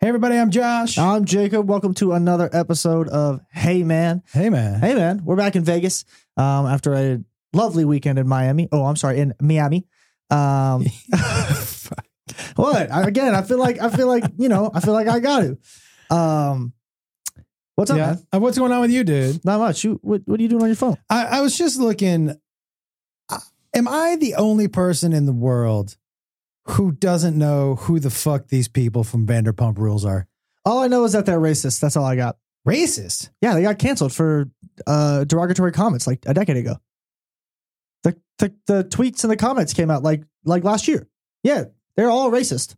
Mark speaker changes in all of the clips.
Speaker 1: Hey everybody, I'm Josh.
Speaker 2: I'm Jacob. Welcome to another episode of Hey Man.
Speaker 1: hey man.
Speaker 2: Hey Man, we're back in Vegas um, after a lovely weekend in Miami. Oh, I'm sorry, in Miami. Um, what I- again? I feel like I feel like you know I feel like I got to. Um, what's up,
Speaker 1: yeah.
Speaker 2: man?
Speaker 1: Uh, What's going on with you, dude?
Speaker 2: Not much. You what, what are you doing on your phone?
Speaker 1: I, I was just looking. I- Am I the only person in the world who doesn't know who the fuck these people from Vanderpump Rules are?
Speaker 2: All I know is that they're racist. That's all I got.
Speaker 1: Racist.
Speaker 2: Yeah, they got canceled for uh, derogatory comments like a decade ago. The, the the tweets and the comments came out like like last year. Yeah, they're all racist.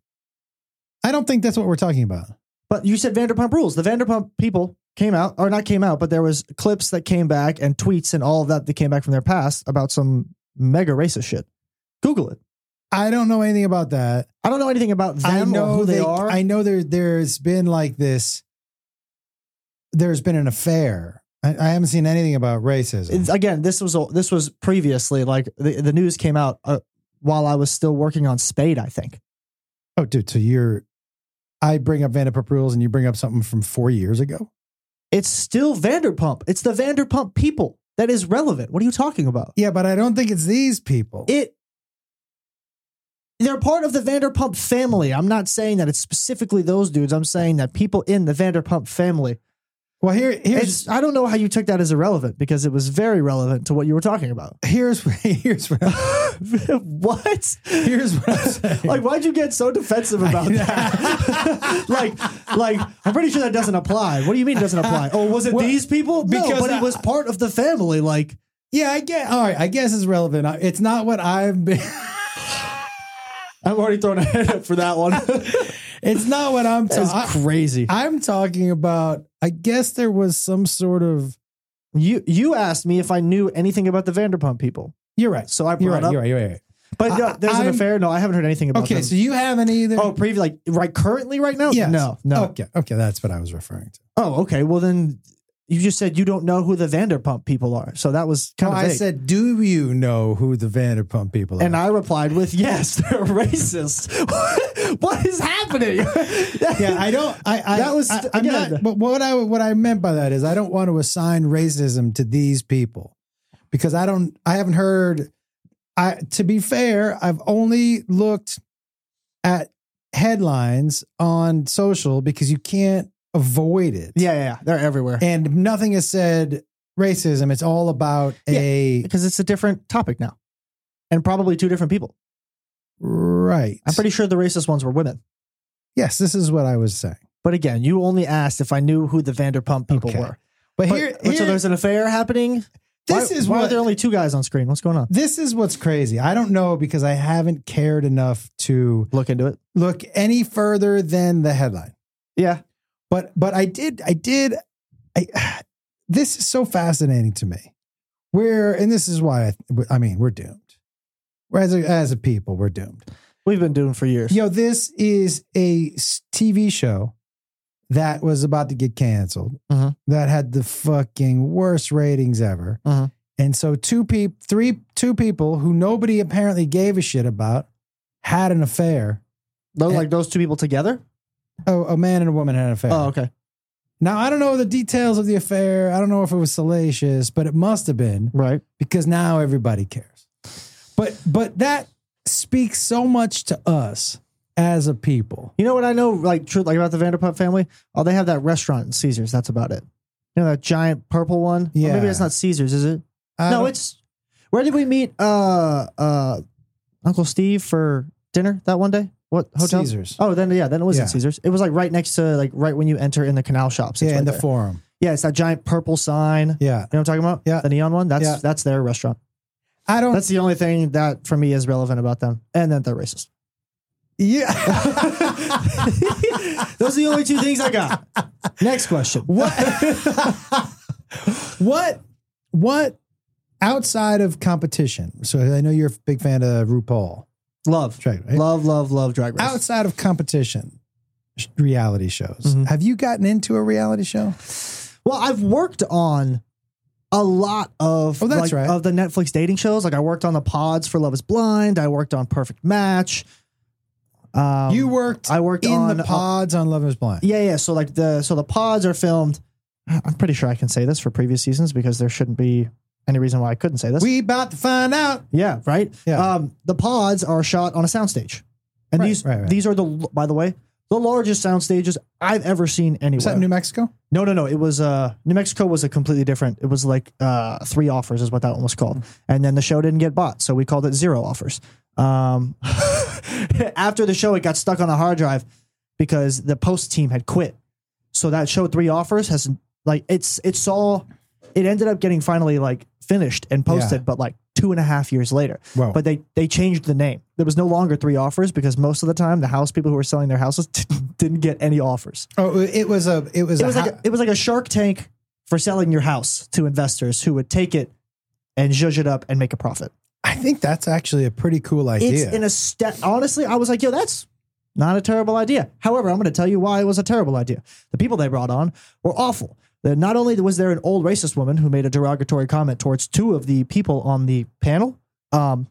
Speaker 1: I don't think that's what we're talking about.
Speaker 2: But you said Vanderpump Rules. The Vanderpump people came out, or not came out, but there was clips that came back and tweets and all of that that came back from their past about some mega racist shit. Google it.
Speaker 1: I don't know anything about that.
Speaker 2: I don't know anything about them
Speaker 1: I know
Speaker 2: or who they,
Speaker 1: they-
Speaker 2: are.
Speaker 1: I know there there's been like this. There's been an affair. I, I haven't seen anything about racism.
Speaker 2: It's- again, this was a- this was previously like the, the news came out uh, while I was still working on Spade. I think.
Speaker 1: Oh, dude, so you're I bring up Vanderpump Rules and you bring up something from four years ago.
Speaker 2: It's still Vanderpump. It's the Vanderpump people that is relevant. What are you talking about?
Speaker 1: Yeah, but I don't think it's these people.
Speaker 2: It they're part of the Vanderpump family. I'm not saying that it's specifically those dudes. I'm saying that people in the Vanderpump family.
Speaker 1: well, here here's
Speaker 2: It's, I don't know how you took that as irrelevant because it was very relevant to what you were talking about.
Speaker 1: here's here's what I'm,
Speaker 2: what?
Speaker 1: here's what I'm saying.
Speaker 2: Like, why'd you get so defensive about that? like, like I'm pretty sure that doesn't apply. What do you mean it doesn't apply? Oh, was it
Speaker 1: Well,
Speaker 2: these people? no,
Speaker 1: because
Speaker 2: but
Speaker 1: I-
Speaker 2: it was part of the family. Like,
Speaker 1: yeah, I get all right, I guess it's relevant. I- It's not what I've been
Speaker 2: I've already thrown a head up for that one.
Speaker 1: it's not what I'm
Speaker 2: That's
Speaker 1: talking
Speaker 2: crazy.
Speaker 1: I'm talking about I guess there was some sort of
Speaker 2: you you asked me if I knew anything about the Vanderpump people,
Speaker 1: You're right.
Speaker 2: so I brought
Speaker 1: You're right,
Speaker 2: up.
Speaker 1: you're right, you're right.
Speaker 2: But no,
Speaker 1: I-
Speaker 2: there's an
Speaker 1: I'm-
Speaker 2: affair. No, I haven't heard anything about
Speaker 1: Okay,
Speaker 2: them.
Speaker 1: so you haven't either.
Speaker 2: oh, preview like right currently right now?
Speaker 1: Yes. Oh.
Speaker 2: No, no.
Speaker 1: Okay, okay, that's what I was referring to.
Speaker 2: Oh, okay. Well, then you just said you don't know who the Vanderpump people are, so that was kind
Speaker 1: No,
Speaker 2: of.
Speaker 1: I
Speaker 2: vague.
Speaker 1: said, do you know who the Vanderpump people are?
Speaker 2: And I replied with, yes, they're racist. what is happening?
Speaker 1: yeah, I don't. I, I
Speaker 2: That was-
Speaker 1: I, am
Speaker 2: again-
Speaker 1: not. But what I what I meant by that is I don't want to assign racism to these people because I don't. I haven't heard. I to be fair, I've only looked at headlines on social because you can't avoid it.
Speaker 2: yeah, yeah, yeah. They're everywhere.
Speaker 1: and nothing is said racism. It's all about a
Speaker 2: Because it's a different topic now. And probably two different people.
Speaker 1: right.
Speaker 2: I'm pretty sure the racist ones were women.
Speaker 1: yes, this is what I was saying.
Speaker 2: But again, you only asked if I knew who the Vanderpump people
Speaker 1: Okay.
Speaker 2: were.
Speaker 1: But,
Speaker 2: But-
Speaker 1: here,
Speaker 2: so
Speaker 1: here-
Speaker 2: there's an affair happening.
Speaker 1: this
Speaker 2: why,
Speaker 1: is
Speaker 2: why are
Speaker 1: what
Speaker 2: there only two guys on screen? What's going on?
Speaker 1: this is what's crazy. I don't know because I haven't cared enough to
Speaker 2: Look into it.
Speaker 1: look any further than the headline.
Speaker 2: Yeah.
Speaker 1: But but I did I did I this is so fascinating to me. We're and this is why I, I mean we're doomed. We're as a, as a people we're doomed.
Speaker 2: We've been doing for years.
Speaker 1: You know this is a s- TV show that was about to get canceled
Speaker 2: Mhm.
Speaker 1: that had the fucking worst ratings ever.
Speaker 2: Mhm.
Speaker 1: And so two people, three, two people who nobody apparently gave a shit about had an affair.
Speaker 2: Those, like those two people together?
Speaker 1: Oh, a man and a woman had an affair.
Speaker 2: Oh, okay.
Speaker 1: Now I don't know the details of the affair. I don't know if it was salacious, but it must have been
Speaker 2: Right.
Speaker 1: because now everybody cares. But but that speaks so much to us as a people.
Speaker 2: You know what I know, like truth, like about the Vanderpump family? Oh, they have that restaurant in Caesars. That's about it. You know that giant purple one? Or
Speaker 1: Yeah.
Speaker 2: maybe that's not Caesars, is it?
Speaker 1: I
Speaker 2: no,
Speaker 1: don't-
Speaker 2: it's where did we meet uh uh Uncle Steve for dinner that one day? What hotel?
Speaker 1: Caesars.
Speaker 2: Oh, then yeah, then it was
Speaker 1: Yeah.
Speaker 2: in Caesars. It was like right next to like right when you enter in the canal shops. It's
Speaker 1: yeah,
Speaker 2: right
Speaker 1: in the
Speaker 2: there.
Speaker 1: forum.
Speaker 2: yeah, it's that giant purple sign. You
Speaker 1: Yeah,
Speaker 2: know what I'm talking about?
Speaker 1: Yeah.
Speaker 2: The neon one? That's
Speaker 1: Yeah.
Speaker 2: that's their restaurant.
Speaker 1: I don't.
Speaker 2: That's the only thing that for me is relevant about them. And that they're racist.
Speaker 1: yeah.
Speaker 2: Those are the only two things I got. Next question.
Speaker 1: what? what? What? Outside of competition, so I know you're a big fan of RuPaul.
Speaker 2: Love.
Speaker 1: That's right, right?
Speaker 2: Love, love, love drag race.
Speaker 1: outside of competition sh- reality shows
Speaker 2: Mhm.
Speaker 1: have you gotten into a reality show
Speaker 2: Well, I've worked on a lot of
Speaker 1: Oh, that's
Speaker 2: like,
Speaker 1: right.
Speaker 2: of the Netflix dating shows. Like I worked on the pods for Love is Blind. I worked on Perfect Match. Um,
Speaker 1: you worked
Speaker 2: I worked
Speaker 1: in
Speaker 2: on
Speaker 1: the
Speaker 2: uh,
Speaker 1: pods on Love Is Blind.
Speaker 2: yeah, yeah. So like the so the pods are filmed. I'm pretty sure I can say this for previous seasons because there shouldn't be any reason why I couldn't say this.
Speaker 1: We about to find out.
Speaker 2: yeah, right.
Speaker 1: Yeah.
Speaker 2: Um, the pods are shot on a soundstage, and
Speaker 1: Right,
Speaker 2: these
Speaker 1: right, right.
Speaker 2: these are the by the way the largest sound stages I've ever seen anywhere.
Speaker 1: Is that New Mexico?
Speaker 2: No, no, no. It was uh New Mexico was a completely different. It was like uh three offers is what that one was called. And then the show didn't get bought, so we called it zero offers. Um after the show it got stuck on a hard drive because the post team had quit. So that show three offers has like it's it saw it ended up getting finally like finished and posted, but like two and a half years later.
Speaker 1: Whoa.
Speaker 2: But they they changed the name. There was no longer three offers because most of the time the house people who were selling their houses didn't get any offers
Speaker 1: oh, it was a. It was,
Speaker 2: it was
Speaker 1: a,
Speaker 2: like a, it was like a Shark Tank for selling your house to investors who would take it and zhuzh it up and make a profit.
Speaker 1: I think that's actually a pretty cool
Speaker 2: It's
Speaker 1: idea.
Speaker 2: in a step. Honestly, I was like, yo, that's not a terrible idea. However, I'm going to tell you why it was a terrible idea. The people they brought on were awful. That Not only was there an old racist woman who made a derogatory comment towards two of the people on the panel. Um,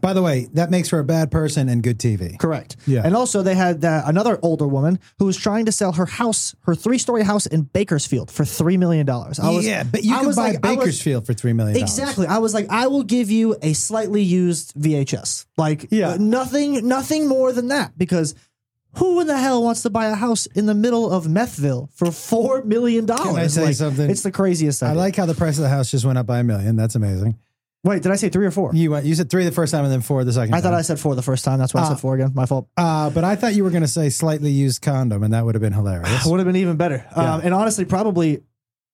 Speaker 1: By the way, that makes for a bad person and good TV.
Speaker 2: correct.
Speaker 1: Yeah.
Speaker 2: And also, they had uh, another older woman who was trying to sell her house, her three story house in Bakersfield for $3 million. I was,
Speaker 1: yeah, but you
Speaker 2: I
Speaker 1: can
Speaker 2: was
Speaker 1: buy
Speaker 2: like- I was-
Speaker 1: Bakersfield for three million.
Speaker 2: Exactly. I was like, I will give you a slightly used VHS. Like,
Speaker 1: Yeah.
Speaker 2: uh, nothing, nothing more than that. Because who in the hell wants to buy a house in the middle of Methville for four million
Speaker 1: Can I
Speaker 2: dollars?
Speaker 1: say
Speaker 2: Like,
Speaker 1: something?
Speaker 2: It's the craziest thing.
Speaker 1: I like how the price of the house just went up by a million. That's amazing.
Speaker 2: Wait, did I say three or four?
Speaker 1: You went, you said three the first time and then four the second.
Speaker 2: I thought I
Speaker 1: time.
Speaker 2: said four the first time. That's why I
Speaker 1: Ah.
Speaker 2: said four again. My fault.
Speaker 1: Uh, but I thought you were going to say slightly used condom, and that would have been hilarious.
Speaker 2: Would have been even better.
Speaker 1: Yeah.
Speaker 2: Um, and honestly, probably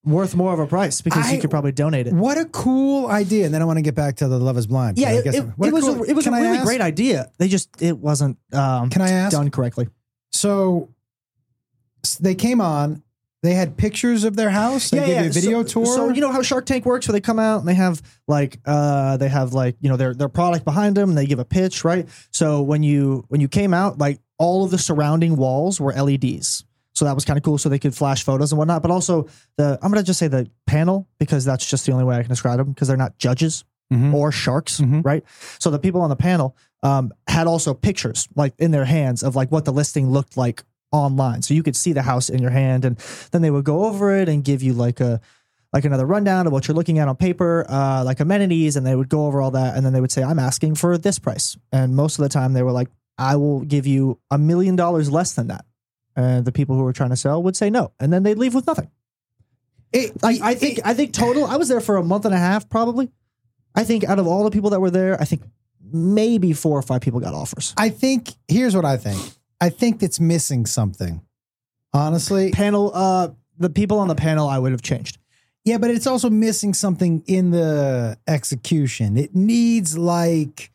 Speaker 2: worth more of a price because
Speaker 1: I-
Speaker 2: you could probably donate it.
Speaker 1: What a cool idea! And then I want to get back to the Love Is Blind.
Speaker 2: Yeah,
Speaker 1: I
Speaker 2: it,
Speaker 1: guess-
Speaker 2: it-
Speaker 1: what
Speaker 2: it was
Speaker 1: cool-
Speaker 2: a, it was a
Speaker 1: can I
Speaker 2: really
Speaker 1: ask-
Speaker 2: great idea. They just it wasn't um,
Speaker 1: Can I ask?
Speaker 2: done correctly.
Speaker 1: So s- they came on. They had pictures of their house. They gave you a video
Speaker 2: so,
Speaker 1: tour.
Speaker 2: So you know how Shark Tank works, where they come out and they have like uh they have like you know their their product behind them. And they give a pitch, right? So when you when you came out, like all of the surrounding walls were LEDs. So that was kind of cool. So they could flash photos and whatnot. But also the I'm gonna just say the panel because that's just the only way I can describe them because they're not judges
Speaker 1: Mhm.
Speaker 2: or sharks,
Speaker 1: Mhm.
Speaker 2: right? So the people on the panel um, had also pictures like in their hands of like what the listing looked like online, so you could see the house in your hand, and then they would go over it and give you like a like another rundown of what you're looking at on paper, uh, like amenities, and they would go over all that, and then they would say, "I'm asking for this price," and most of the time they were like, "I will give you a million dollars less than that." And the people who were trying to sell would say no, and then they'd leave with nothing.
Speaker 1: It-
Speaker 2: I, I think I think total. I was there for a month and a half, probably. I think out of all the people that were there, I think maybe four or five people got offers.
Speaker 1: I think here's what I think. I think it's missing something. Honestly,
Speaker 2: Panel, uh, the people on the panel, I would have changed.
Speaker 1: yeah, but it's also missing something in the execution. It needs like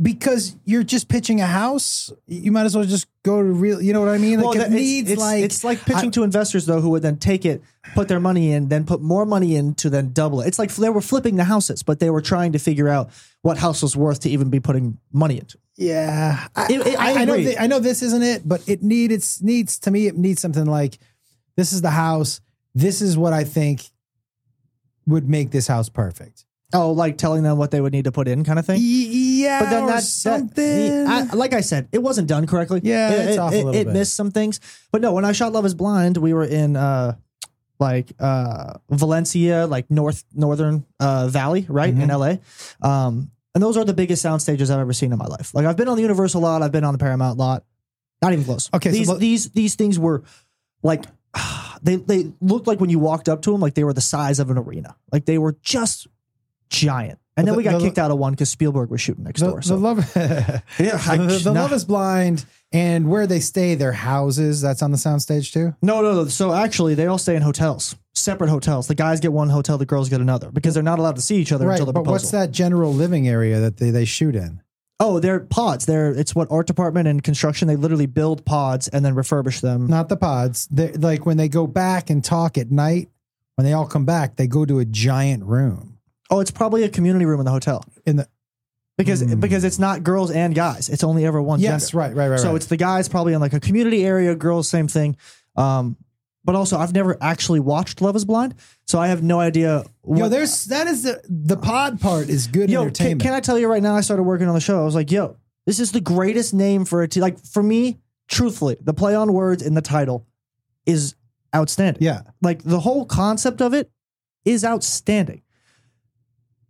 Speaker 1: because you're just pitching a house, you might as well just go to real. You know what I mean? Like
Speaker 2: that-
Speaker 1: it needs
Speaker 2: it's,
Speaker 1: like
Speaker 2: it's like pitching to investors though, who would then take it, put their money in, then put more money in to then double it. It's like they were flipping the houses, but they were trying to figure out what house was worth to even be putting money into.
Speaker 1: yeah. I,
Speaker 2: It- it- I
Speaker 1: know.
Speaker 2: agree.
Speaker 1: thi- I know this isn't it, but it need it's needs to me. It needs something like this is the house. This is what I think would make this house perfect.
Speaker 2: Oh, like telling them what they would need to put in, kind of thing.
Speaker 1: yeah,
Speaker 2: but then
Speaker 1: or
Speaker 2: that's
Speaker 1: something.
Speaker 2: I, like I said, it wasn't done correctly.
Speaker 1: Yeah,
Speaker 2: it,
Speaker 1: it's
Speaker 2: it-
Speaker 1: off a
Speaker 2: it-
Speaker 1: little
Speaker 2: it
Speaker 1: bit.
Speaker 2: missed some things. But no, when I shot Love Is Blind, we were in uh, like uh, Valencia, like north northern uh, Valley, right
Speaker 1: Mm-hmm.
Speaker 2: in LA. Um, and those are the biggest sound stages I've ever seen in my life. Like I've been on the Universal lot, I've been on the Paramount lot, not even close.
Speaker 1: Okay, so
Speaker 2: these
Speaker 1: let-
Speaker 2: these these things were like. They they looked like when you walked up to them, like they were the size of an arena. Like they were just giant.
Speaker 1: But
Speaker 2: And then
Speaker 1: the-
Speaker 2: we got
Speaker 1: the-
Speaker 2: kicked out of one because Spielberg was shooting next
Speaker 1: the,
Speaker 2: door. So
Speaker 1: the love,
Speaker 2: yeah, I-
Speaker 1: the, the
Speaker 2: nah.
Speaker 1: love is blind, and where they stay, their houses. That's on the soundstage too.
Speaker 2: no, no, no. So actually, they all stay in hotels, separate hotels. The guys get one hotel, the girls get another because they're not allowed to see each other
Speaker 1: Right,
Speaker 2: until
Speaker 1: but
Speaker 2: the proposal.
Speaker 1: what's that general living area that they, they shoot in?
Speaker 2: Oh, they're pods. They're it's what art department and construction. They literally build pods and then refurbish them.
Speaker 1: Not the pods. They, like when they go back and talk at night, when they all come back, they go to a giant room.
Speaker 2: Oh, it's probably a community room in the hotel
Speaker 1: In the Hmm.
Speaker 2: because because it's not girls and guys. It's only ever one.
Speaker 1: yes,
Speaker 2: gender.
Speaker 1: right, right, right.
Speaker 2: So
Speaker 1: right.
Speaker 2: it's the guys probably in like a community area. Girls, same thing. Um, but also, I've never actually watched Love Is Blind, so I have no idea. What,
Speaker 1: yo, there's that is the the pod part is good
Speaker 2: yo, can,
Speaker 1: entertainment.
Speaker 2: can I tell you right now? I started working on the show. I was like, yo, This is the greatest name for a team. Like for me, truthfully, the play on words in the title is outstanding.
Speaker 1: Yeah.
Speaker 2: Like the whole concept of it is outstanding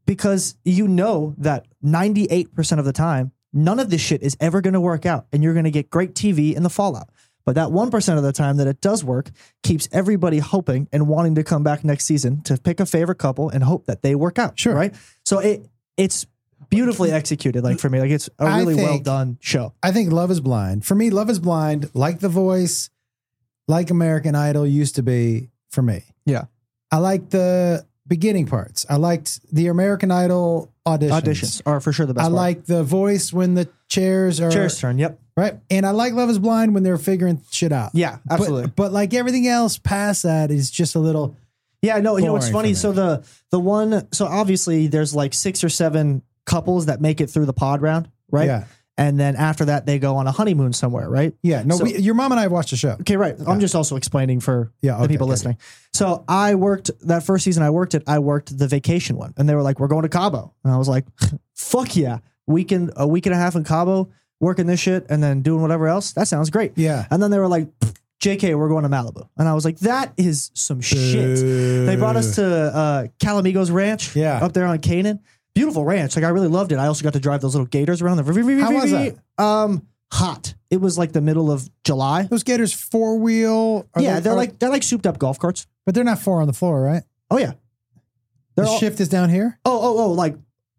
Speaker 2: because you know that 98% of the time, none of this shit is ever going to work out and you're going to get great TV in the fallout. But that 1% of the time that it does work keeps everybody hoping and wanting to come back next season to pick a favorite couple and hope that they work out.
Speaker 1: Sure.
Speaker 2: Right. So it, it's beautifully executed. Like for me, like it's a
Speaker 1: I
Speaker 2: really
Speaker 1: think-
Speaker 2: well done show.
Speaker 1: I think Love is Blind. For me, Love is Blind, like The Voice, like American Idol used to be for me.
Speaker 2: Yeah.
Speaker 1: I liked the beginning parts. I liked the American Idol auditions.
Speaker 2: Auditions are for sure the best.
Speaker 1: I
Speaker 2: part.
Speaker 1: like The Voice when the chairs are
Speaker 2: Chair's turn. Yep.
Speaker 1: right. And I like Love is Blind when they're figuring shit out.
Speaker 2: Yeah,
Speaker 1: But-
Speaker 2: absolutely.
Speaker 1: But, like everything else past that is just a little
Speaker 2: Yeah, no, you know what's
Speaker 1: boring for
Speaker 2: funny?
Speaker 1: me.
Speaker 2: So the the one so obviously there's like six or seven couples that make it through the pod round, right?
Speaker 1: Yeah.
Speaker 2: And then after that they go on a honeymoon somewhere, right?
Speaker 1: Yeah. No,
Speaker 2: So-
Speaker 1: we, your mom and I watched the show.
Speaker 2: Okay, right. I'm just also explaining for
Speaker 1: Yeah,
Speaker 2: the
Speaker 1: okay,
Speaker 2: people
Speaker 1: okay.
Speaker 2: listening. So I worked that first season I worked it, I worked the vacation one. And they were like, We're going to Cabo. And I was like, Fuck yeah. Weekend a week and a half in Cabo, working this shit and then doing whatever else. That sounds great.
Speaker 1: Yeah.
Speaker 2: And then they were like, JK, we're going to Malibu. And I was like, that is some shit. They brought us to uh, Calamigos Ranch
Speaker 1: Yeah.
Speaker 2: up there on Canaan. Beautiful ranch. Like, I really loved it. I also got to drive those little gators around. The
Speaker 1: How was that?
Speaker 2: Um, hot. It was like the middle of July.
Speaker 1: Those gators four wheel.
Speaker 2: yeah, they, are like they're like souped up golf carts.
Speaker 1: but they're not four on the floor, right?
Speaker 2: Oh yeah, they're
Speaker 1: The
Speaker 2: all,
Speaker 1: shift is down here.
Speaker 2: oh oh oh like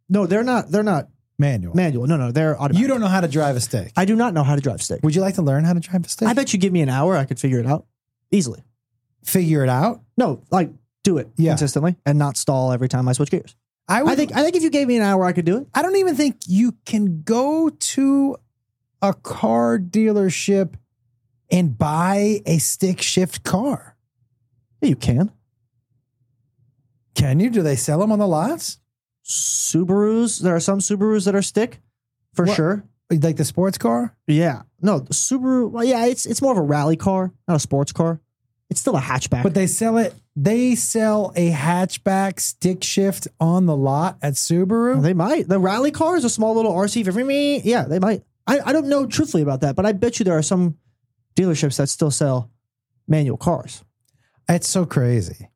Speaker 2: no, they're not they're not
Speaker 1: Manual.
Speaker 2: manual. No no, they're automatic.
Speaker 1: You don't know how to drive a stake.
Speaker 2: I do not know how to drive stick.
Speaker 1: Would you like to learn how to drive a stake?
Speaker 2: I bet you give me an hour, I could figure it out easily.
Speaker 1: Figure it out.
Speaker 2: No, like do it
Speaker 1: Yeah.
Speaker 2: consistently and not stall every time I switch gears.
Speaker 1: I, would,
Speaker 2: I think I think if you gave me an hour, I could do it.
Speaker 1: I don't even think you can go to a car dealership and buy a stick shift car.
Speaker 2: Yeah, you can.
Speaker 1: Can you? Do they sell them on the lots?
Speaker 2: Subarus. There are some Subarus that are stick, for
Speaker 1: What?
Speaker 2: sure.
Speaker 1: Like the sports car?
Speaker 2: Yeah. No, the Subaru. Well, yeah, it's it's more of a rally car, not a sports car. It's still a hatchback.
Speaker 1: But they sell it. They sell a hatchback stick shift on the lot at Subaru.
Speaker 2: they might. The rally car is a small little RC for me. Yeah, they might. I, I don't know truthfully about that, but I bet you there are some dealerships that still sell manual cars.
Speaker 1: It's so crazy.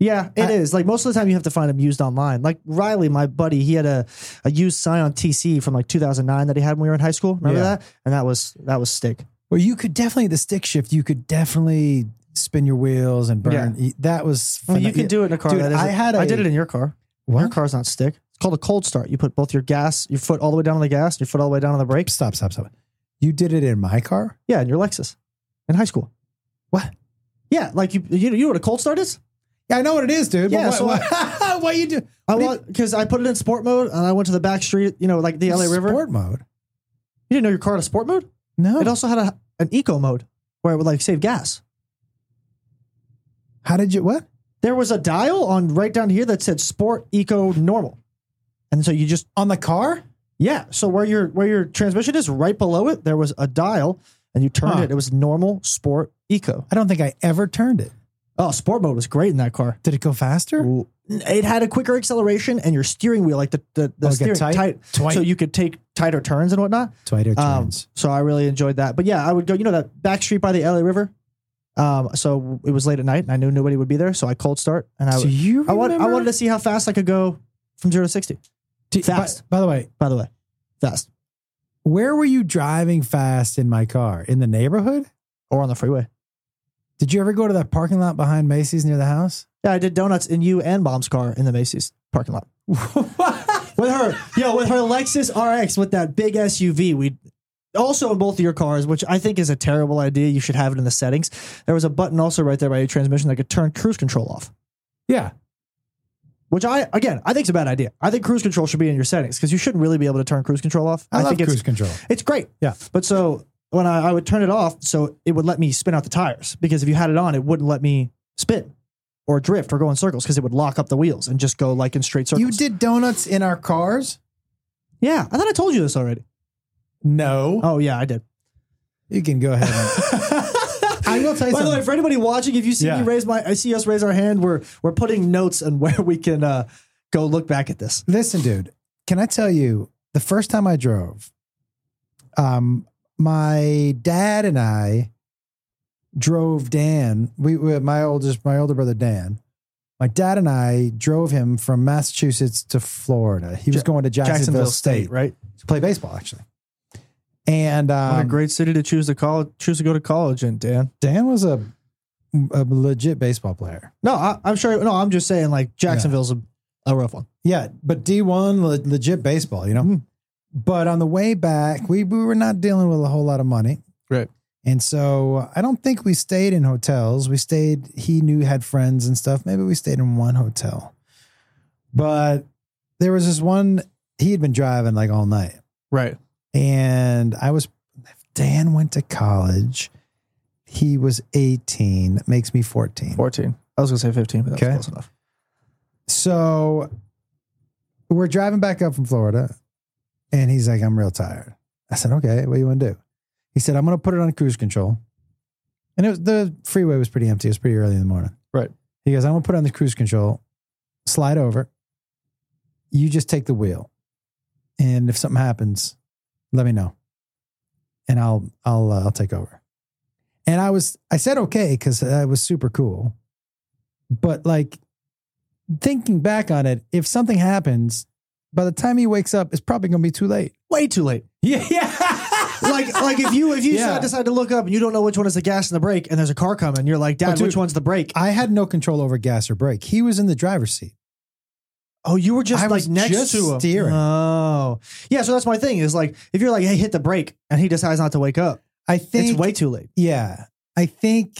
Speaker 2: Yeah, it is.
Speaker 1: I-
Speaker 2: Like most of the time, you have to find them used online. Like Riley, my buddy, he had a, a used Scion TC from like 2009 that he had when we were in high school. Remember
Speaker 1: Yeah.
Speaker 2: that? And that was that was stick.
Speaker 1: Well, you could definitely the stick shift. You could definitely spin your wheels and burn. E, That was.
Speaker 2: I mean, you
Speaker 1: pheno-
Speaker 2: can do it in a car.
Speaker 1: Dude,
Speaker 2: that isn't-
Speaker 1: I had
Speaker 2: I
Speaker 1: a-
Speaker 2: did it in your car. Your
Speaker 1: What?
Speaker 2: car's not stick. It's called a cold start. You put both your gas, your foot all the way down on the gas, your foot all the way down on the brakes.
Speaker 1: Stop! Stop! Stop! You did it in my car.
Speaker 2: Yeah, in your Lexus, in high school.
Speaker 1: What?
Speaker 2: Yeah, like you, you, you know what a cold start is?
Speaker 1: Yeah, I know what it is, dude.
Speaker 2: Yeah,
Speaker 1: but
Speaker 2: so
Speaker 1: what, what, what you do?
Speaker 2: I
Speaker 1: What do you-
Speaker 2: want because I put it in sport mode and I went to the back street. You know, like the LA River.
Speaker 1: Sport mode.
Speaker 2: You didn't know your car had a sport mode?
Speaker 1: No.
Speaker 2: It also had a, an eco mode where it would like save gas.
Speaker 1: How did you? What?
Speaker 2: There was a dial on right down here that said sport, eco, normal. And so you just
Speaker 1: On the car?
Speaker 2: yeah, so where your where your transmission is right below it, there was a dial and you turned
Speaker 1: Huh.
Speaker 2: it. It was normal, sport, eco.
Speaker 1: I don't think I ever turned it.
Speaker 2: Oh, sport mode was great in that car.
Speaker 1: Did it go faster?
Speaker 2: It had a quicker acceleration and your steering wheel like the the, the
Speaker 1: Like a
Speaker 2: steering
Speaker 1: Oh, tight-
Speaker 2: tight,
Speaker 1: tight-
Speaker 2: so you could take tighter turns and whatnot.
Speaker 1: Twitter
Speaker 2: Um,
Speaker 1: turns.
Speaker 2: so I really enjoyed that. But yeah, I would go, you know, that back street by the LA River. Um, so it was late at night and I knew nobody would be there, so I cold start and I
Speaker 1: so you remember?
Speaker 2: I, want, I wanted to see how fast I could go from zero to 60,
Speaker 1: Do- by-
Speaker 2: fast.
Speaker 1: by the way,
Speaker 2: by the way. Fast.
Speaker 1: where were you driving fast in my car? In the neighborhood?
Speaker 2: Or on the freeway.
Speaker 1: Did you ever go to that parking lot behind Macy's near the house?
Speaker 2: Yeah, I did donuts in you and Mom's car in the Macy's parking lot. With her, yo, with her Lexus RX with that big SUV. We also in both of your cars, which I think is a terrible idea. You should have it in the settings. There was a button also right there by your transmission that could turn cruise control off.
Speaker 1: yeah.
Speaker 2: Which I again I think is a bad idea. I think cruise control should be in your settings because you shouldn't really be able to turn cruise control off.
Speaker 1: I, love
Speaker 2: think it's
Speaker 1: cruise control.
Speaker 2: It's great.
Speaker 1: Yeah.
Speaker 2: But so when I, I would turn it off, so it would let me spin out the tires because if you had it on, it wouldn't let me spin or drift or go in circles because it would lock up the wheels and just go like in straight circles.
Speaker 1: You did donuts in our cars?
Speaker 2: Yeah. I thought I told you this already.
Speaker 1: No.
Speaker 2: Oh, yeah, I did.
Speaker 1: You can go ahead. and- I will tell you
Speaker 2: By the
Speaker 1: something.
Speaker 2: way, for anybody watching, if you see
Speaker 1: Yeah.
Speaker 2: me raise my, I see us raise our hand. We're we're putting notes on where we can uh, go look back at this.
Speaker 1: Listen, dude, can I tell you the first time I drove, um, my dad and I drove Dan. We, we my oldest, my older brother Dan. My dad and I drove him from Massachusetts to Florida. He was
Speaker 2: Ja-
Speaker 1: going to Jacksonville, State,
Speaker 2: right?
Speaker 1: to play baseball, actually. And
Speaker 2: what a
Speaker 1: um,
Speaker 2: great city to choose to college, choose to go to college in, Dan.
Speaker 1: Dan was a a legit baseball player.
Speaker 2: No, I, I'm sure. No, I'm just saying, like Jacksonville's a, a rough one.
Speaker 1: Yeah, but D1 le- legit baseball, you know.
Speaker 2: Mm.
Speaker 1: But on the way back, we we were not dealing with a whole lot of money.
Speaker 2: Right.
Speaker 1: And so I don't think we stayed in hotels. We stayed he knew had friends and stuff. Maybe we stayed in one hotel. But there was this one he had been driving like all night
Speaker 2: Right.
Speaker 1: and I was Dan went to college. He was 18, makes me 14.
Speaker 2: 14. I was gonna say 15, but that's
Speaker 1: Okay.
Speaker 2: close enough.
Speaker 1: So we're driving back up from Florida, and he's like, I'm real tired. I said, Okay, what do you want to do? He said, I'm going to put it on cruise control. And it was, the freeway was pretty empty. It was pretty early in the morning.
Speaker 2: Right.
Speaker 1: He goes, I'm going to put it on the cruise control, slide over. You just take the wheel. And if something happens, let me know. And I'll, I'll, uh, I'll take over. And I was, I said, okay, because I was super cool. But like, thinking back on it, if something happens, by the time he wakes up, it's probably going to be too late.
Speaker 2: Way too late.
Speaker 1: Yeah,
Speaker 2: Like, like if you if you
Speaker 1: Yeah.
Speaker 2: decide to look up and you don't know which one is the gas and the brake, and there's a car coming, you're like, Dad,
Speaker 1: Oh, dude.
Speaker 2: which one's the brake?
Speaker 1: I had no control over gas or brake. He was in the driver's seat.
Speaker 2: Oh, you were just
Speaker 1: I
Speaker 2: like
Speaker 1: was
Speaker 2: next
Speaker 1: just
Speaker 2: to him.
Speaker 1: steering.
Speaker 2: Oh, yeah. So that's my thing is like if you're like, hey, hit the brake, and he decides not to wake up,
Speaker 1: I think.
Speaker 2: it's way too late.
Speaker 1: yeah, I think.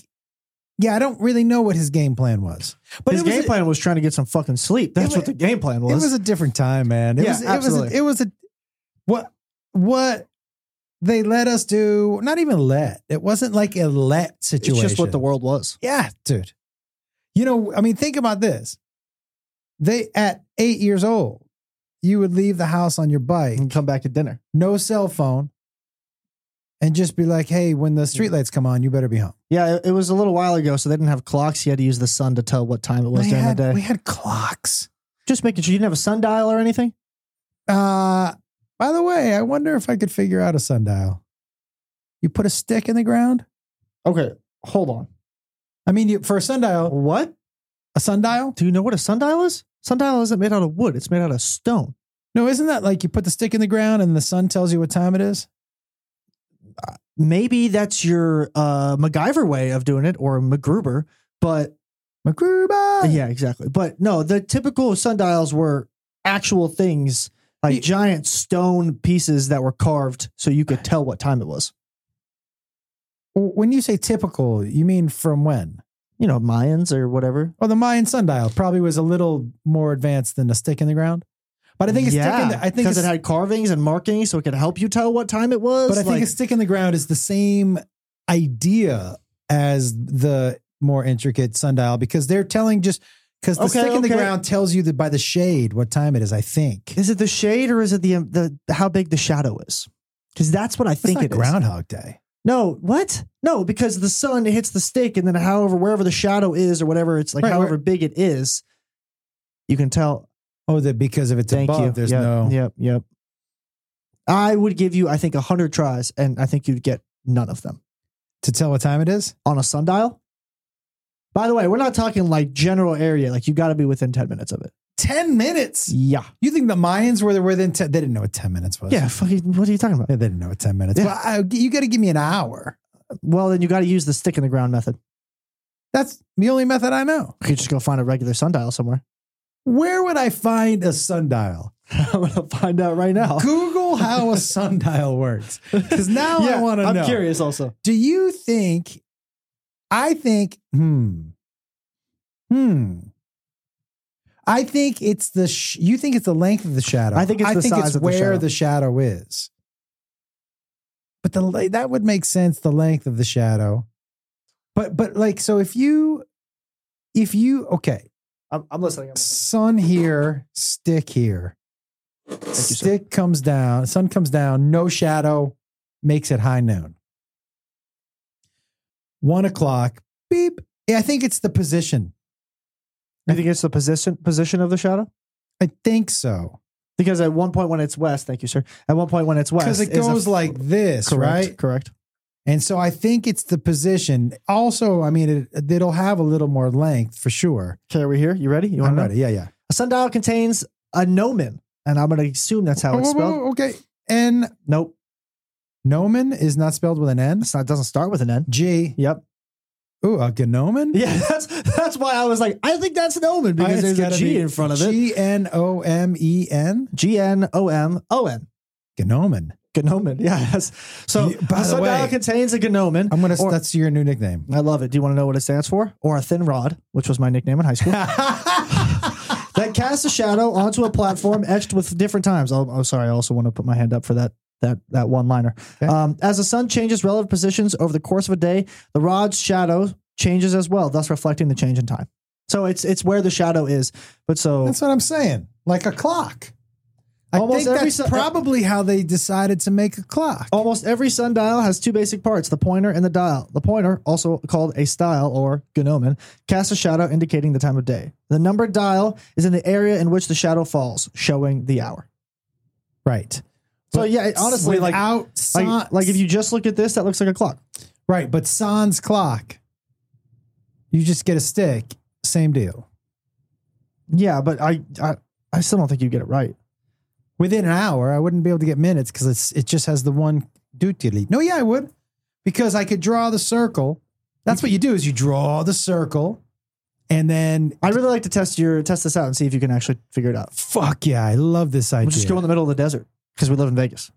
Speaker 1: Yeah, I don't really know what his game plan was, but
Speaker 2: His
Speaker 1: it was
Speaker 2: game
Speaker 1: a,
Speaker 2: plan was trying to get some fucking sleep. That's
Speaker 1: was-
Speaker 2: what the game plan
Speaker 1: It
Speaker 2: was.
Speaker 1: was a different time, man. It
Speaker 2: Yeah,
Speaker 1: was. It was.
Speaker 2: absolutely.
Speaker 1: A, it was a. What what they let us do? Not even let. It wasn't like a let
Speaker 2: it's
Speaker 1: situation.
Speaker 2: just what the world was.
Speaker 1: Yeah, dude. You know, I mean, think about this. They at eight years old, you would leave the house on your bike,
Speaker 2: And come back to dinner.
Speaker 1: no cell phone, and just be like, "Hey, when the
Speaker 2: Mm-hmm.
Speaker 1: streetlights come on, you better be home."
Speaker 2: Yeah, it, it was a little while ago, so they didn't have clocks. You had to use the sun to tell what time it was
Speaker 1: We
Speaker 2: during
Speaker 1: had,
Speaker 2: the day.
Speaker 1: we had clocks.
Speaker 2: just making sure you didn't have a sundial or anything.
Speaker 1: Uh, by the way, I wonder if I could figure out a sundial. You put a stick in the ground.
Speaker 2: Okay, hold on.
Speaker 1: I mean, you, for a sundial,
Speaker 2: What?
Speaker 1: a sundial.
Speaker 2: Do you know what a sundial is? Sundial isn't made out of wood. It's made out of stone.
Speaker 1: No, isn't that like you put the stick in the ground and the sun tells you what time it is?
Speaker 2: Maybe that's your uh, MacGyver way of doing it, or MacGruber. But
Speaker 1: Macruba.
Speaker 2: yeah, exactly. But no, the typical sundials were actual things like
Speaker 1: Yeah.
Speaker 2: giant stone pieces that were carved, so you could tell what time it was.
Speaker 1: When you say typical, you mean from when?
Speaker 2: You know, Mayans or whatever.
Speaker 1: Well, the Mayan sundial probably was a little more advanced than a stick in the ground. But I think a stick in the, I think
Speaker 2: because
Speaker 1: a-
Speaker 2: it had carvings and markings, so it could help you tell what time it was.
Speaker 1: but I think
Speaker 2: like-
Speaker 1: a stick in the ground is the same idea as the more intricate sundial because they're telling just because the
Speaker 2: Okay,
Speaker 1: stick in the
Speaker 2: okay.
Speaker 1: ground tells you that by the shade what time it is. I think
Speaker 2: Is it the shade or is it the um, the how big the shadow is? Because that's what I
Speaker 1: it's
Speaker 2: think
Speaker 1: not
Speaker 2: it is.
Speaker 1: Groundhog Day.
Speaker 2: No, what? No, because the sun hits the stick, and then however wherever the shadow is or whatever, it's like
Speaker 1: Right,
Speaker 2: however
Speaker 1: where-
Speaker 2: big it is, you can tell.
Speaker 1: Oh, that because if it's
Speaker 2: Thank
Speaker 1: above,
Speaker 2: you.
Speaker 1: there's
Speaker 2: yep,
Speaker 1: no.
Speaker 2: Yep, yep. I would give you, I think, hundred tries, and I think you'd get none of them
Speaker 1: To tell what time it is?
Speaker 2: on a sundial. By the way, we're not talking like general area. Like you got to be within ten minutes of it.
Speaker 1: 10 minutes.
Speaker 2: Yeah.
Speaker 1: You think the Mayans were within 10? They didn't know what 10 minutes was.
Speaker 2: Yeah. Fucking. What are you talking about?
Speaker 1: Yeah, they didn't know what 10 minutes.
Speaker 2: Yeah.
Speaker 1: Well, I, you got to give me an hour.
Speaker 2: Well, then you got to use the stick in the ground method.
Speaker 1: That's the only method I know.
Speaker 2: You could just go find a regular sundial somewhere.
Speaker 1: Where would I find a sundial?
Speaker 2: I'm gonna find out right now.
Speaker 1: Google how a sundial works. Because now I want to
Speaker 2: I'm
Speaker 1: know.
Speaker 2: curious also.
Speaker 1: Do you think, I think, hmm, hmm. I think it's the, sh- you think it's the length of the shadow.
Speaker 2: I think it's the size of the
Speaker 1: where
Speaker 2: shadow.
Speaker 1: the shadow is. But the, la- that would make sense, the length of the shadow. But, but like, so if you, if you, okay.
Speaker 2: I'm, I'm listening. I'm listening.
Speaker 1: sun here, stick here.
Speaker 2: sir.
Speaker 1: stick comes down, sun comes down, no shadow, makes it high noon. One o'clock, beep. Yeah, I think it's the position.
Speaker 2: You think it's the position position of the shadow?
Speaker 1: I think so.
Speaker 2: Because at one point when it's west, thank you, sir. At one point when it's west,
Speaker 1: because it
Speaker 2: is a-
Speaker 1: goes like this,
Speaker 2: correct,
Speaker 1: right?
Speaker 2: Correct.
Speaker 1: And so I think it's the position. Also, I mean, it, it'll have a little more length for sure.
Speaker 2: Okay, are we here? You ready? You
Speaker 1: I'm
Speaker 2: want to know?
Speaker 1: ready. Yeah, yeah.
Speaker 2: A sundial contains a gnomon, and I'm going to assume that's how it's
Speaker 1: Oh, whoa, whoa,
Speaker 2: spelled.
Speaker 1: whoa, okay. N
Speaker 2: Nope,
Speaker 1: gnomon is not spelled with an N.
Speaker 2: it's not. It doesn't start with an N.
Speaker 1: G.
Speaker 2: Yep.
Speaker 1: Ooh, a gnomon.
Speaker 2: Yeah, that's that's why I was like, I think that's an omen because
Speaker 1: It's
Speaker 2: there's a
Speaker 1: gotta
Speaker 2: G
Speaker 1: be
Speaker 2: in front of it.
Speaker 1: G N O M E N.
Speaker 2: G N O M O N.
Speaker 1: Gnomon.
Speaker 2: Gnomon. Yeah. That's, so
Speaker 1: Yeah, by
Speaker 2: a
Speaker 1: the
Speaker 2: sundial
Speaker 1: way-
Speaker 2: contains a gnomon.
Speaker 1: I'm gonna.
Speaker 2: Or-
Speaker 1: that's your new nickname.
Speaker 2: I love it. Do you want to know what it stands for? Or a thin rod, which was my nickname in high school. that casts a shadow onto a platform etched with different times. Oh, oh, sorry. I also want to put my hand up for that that that one liner.
Speaker 1: Okay.
Speaker 2: Um, as the sun changes relative positions over the course of a day, the rod's shadow changes as well, thus reflecting the change in time. So it's it's where the shadow is. But so
Speaker 1: That's what I'm saying. Like a clock. I
Speaker 2: Almost
Speaker 1: think
Speaker 2: every
Speaker 1: that's
Speaker 2: su-
Speaker 1: probably how they decided to make a clock.
Speaker 2: almost every sundial has two basic parts: the pointer and the dial. The pointer, also called a style or gnomon, casts a shadow indicating the time of day. The numbered dial is in the area in which the shadow falls, showing the hour.
Speaker 1: Right.
Speaker 2: So yeah, it- honestly, like
Speaker 1: without
Speaker 2: like,
Speaker 1: sans-
Speaker 2: like if you just look at this, that looks like a clock.
Speaker 1: right, but sans clock, you just get a stick. Same deal.
Speaker 2: Yeah, but I, I, I still don't think you get it right.
Speaker 1: Within an hour, I wouldn't be able to get minutes because it's it just has the one duty. No, yeah, I would because I could draw the circle. That's what you do is you draw the circle, and then
Speaker 2: I'd really like to test your test this out and see if you can actually figure it out.
Speaker 1: fuck yeah, I love this idea.
Speaker 2: We'll just go in the middle of the desert because we live in Vegas.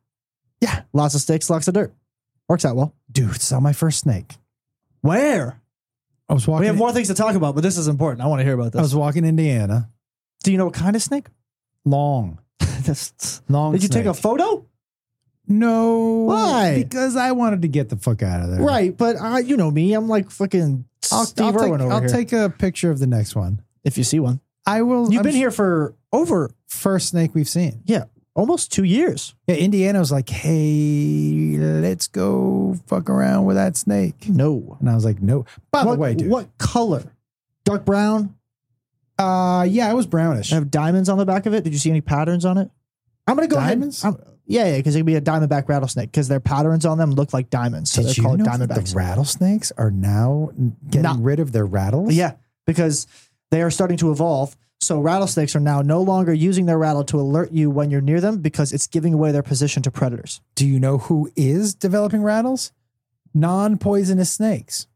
Speaker 1: Yeah.
Speaker 2: lots of sticks, lots of dirt. Works out well.
Speaker 1: Dude, saw my first snake.
Speaker 2: Where
Speaker 1: I was walking.
Speaker 2: we have more things to talk about, but this is important. I want to hear about
Speaker 1: I
Speaker 2: this.
Speaker 1: was walking in Indiana.
Speaker 2: Do you know what kind of snake?
Speaker 1: Long,
Speaker 2: That's-
Speaker 1: long.
Speaker 2: Did you
Speaker 1: snake.
Speaker 2: take a photo?
Speaker 1: No.
Speaker 2: Why?
Speaker 1: Because I wanted to get the fuck out of there.
Speaker 2: Right, but uh, you know me. I'm like fucking
Speaker 1: I'll,
Speaker 2: Steve
Speaker 1: I'll take,
Speaker 2: Irwin over
Speaker 1: I'll
Speaker 2: here.
Speaker 1: take a picture of the next one.
Speaker 2: if you see one.
Speaker 1: I will.
Speaker 2: You've
Speaker 1: I'm
Speaker 2: been
Speaker 1: s-
Speaker 2: here for over
Speaker 1: First snake we've seen.
Speaker 2: yeah almost two years.
Speaker 1: Yeah, Indiana was like, hey, let's go fuck around with that snake.
Speaker 2: No.
Speaker 1: And I was like, no. By
Speaker 2: what,
Speaker 1: the way, dude.
Speaker 2: what color? Dark brown.
Speaker 1: Uh, yeah, it was brownish.
Speaker 2: Have diamonds on the back of it. Did you see any patterns on it? I'm gonna go
Speaker 1: Diamonds?
Speaker 2: ahead. I'm, yeah, yeah, because it could be a diamondback rattlesnake because their patterns on them look like diamonds, so
Speaker 1: Did
Speaker 2: they're
Speaker 1: you
Speaker 2: called
Speaker 1: know that
Speaker 2: diamondbacks.
Speaker 1: the rattlesnakes are now getting
Speaker 2: Not-
Speaker 1: rid of their rattles?
Speaker 2: yeah, because they are starting to evolve. So rattlesnakes are now no longer using their rattle to alert you when you're near them because it's giving away their position to predators.
Speaker 1: Do you know who is developing rattles? Non poisonous snakes.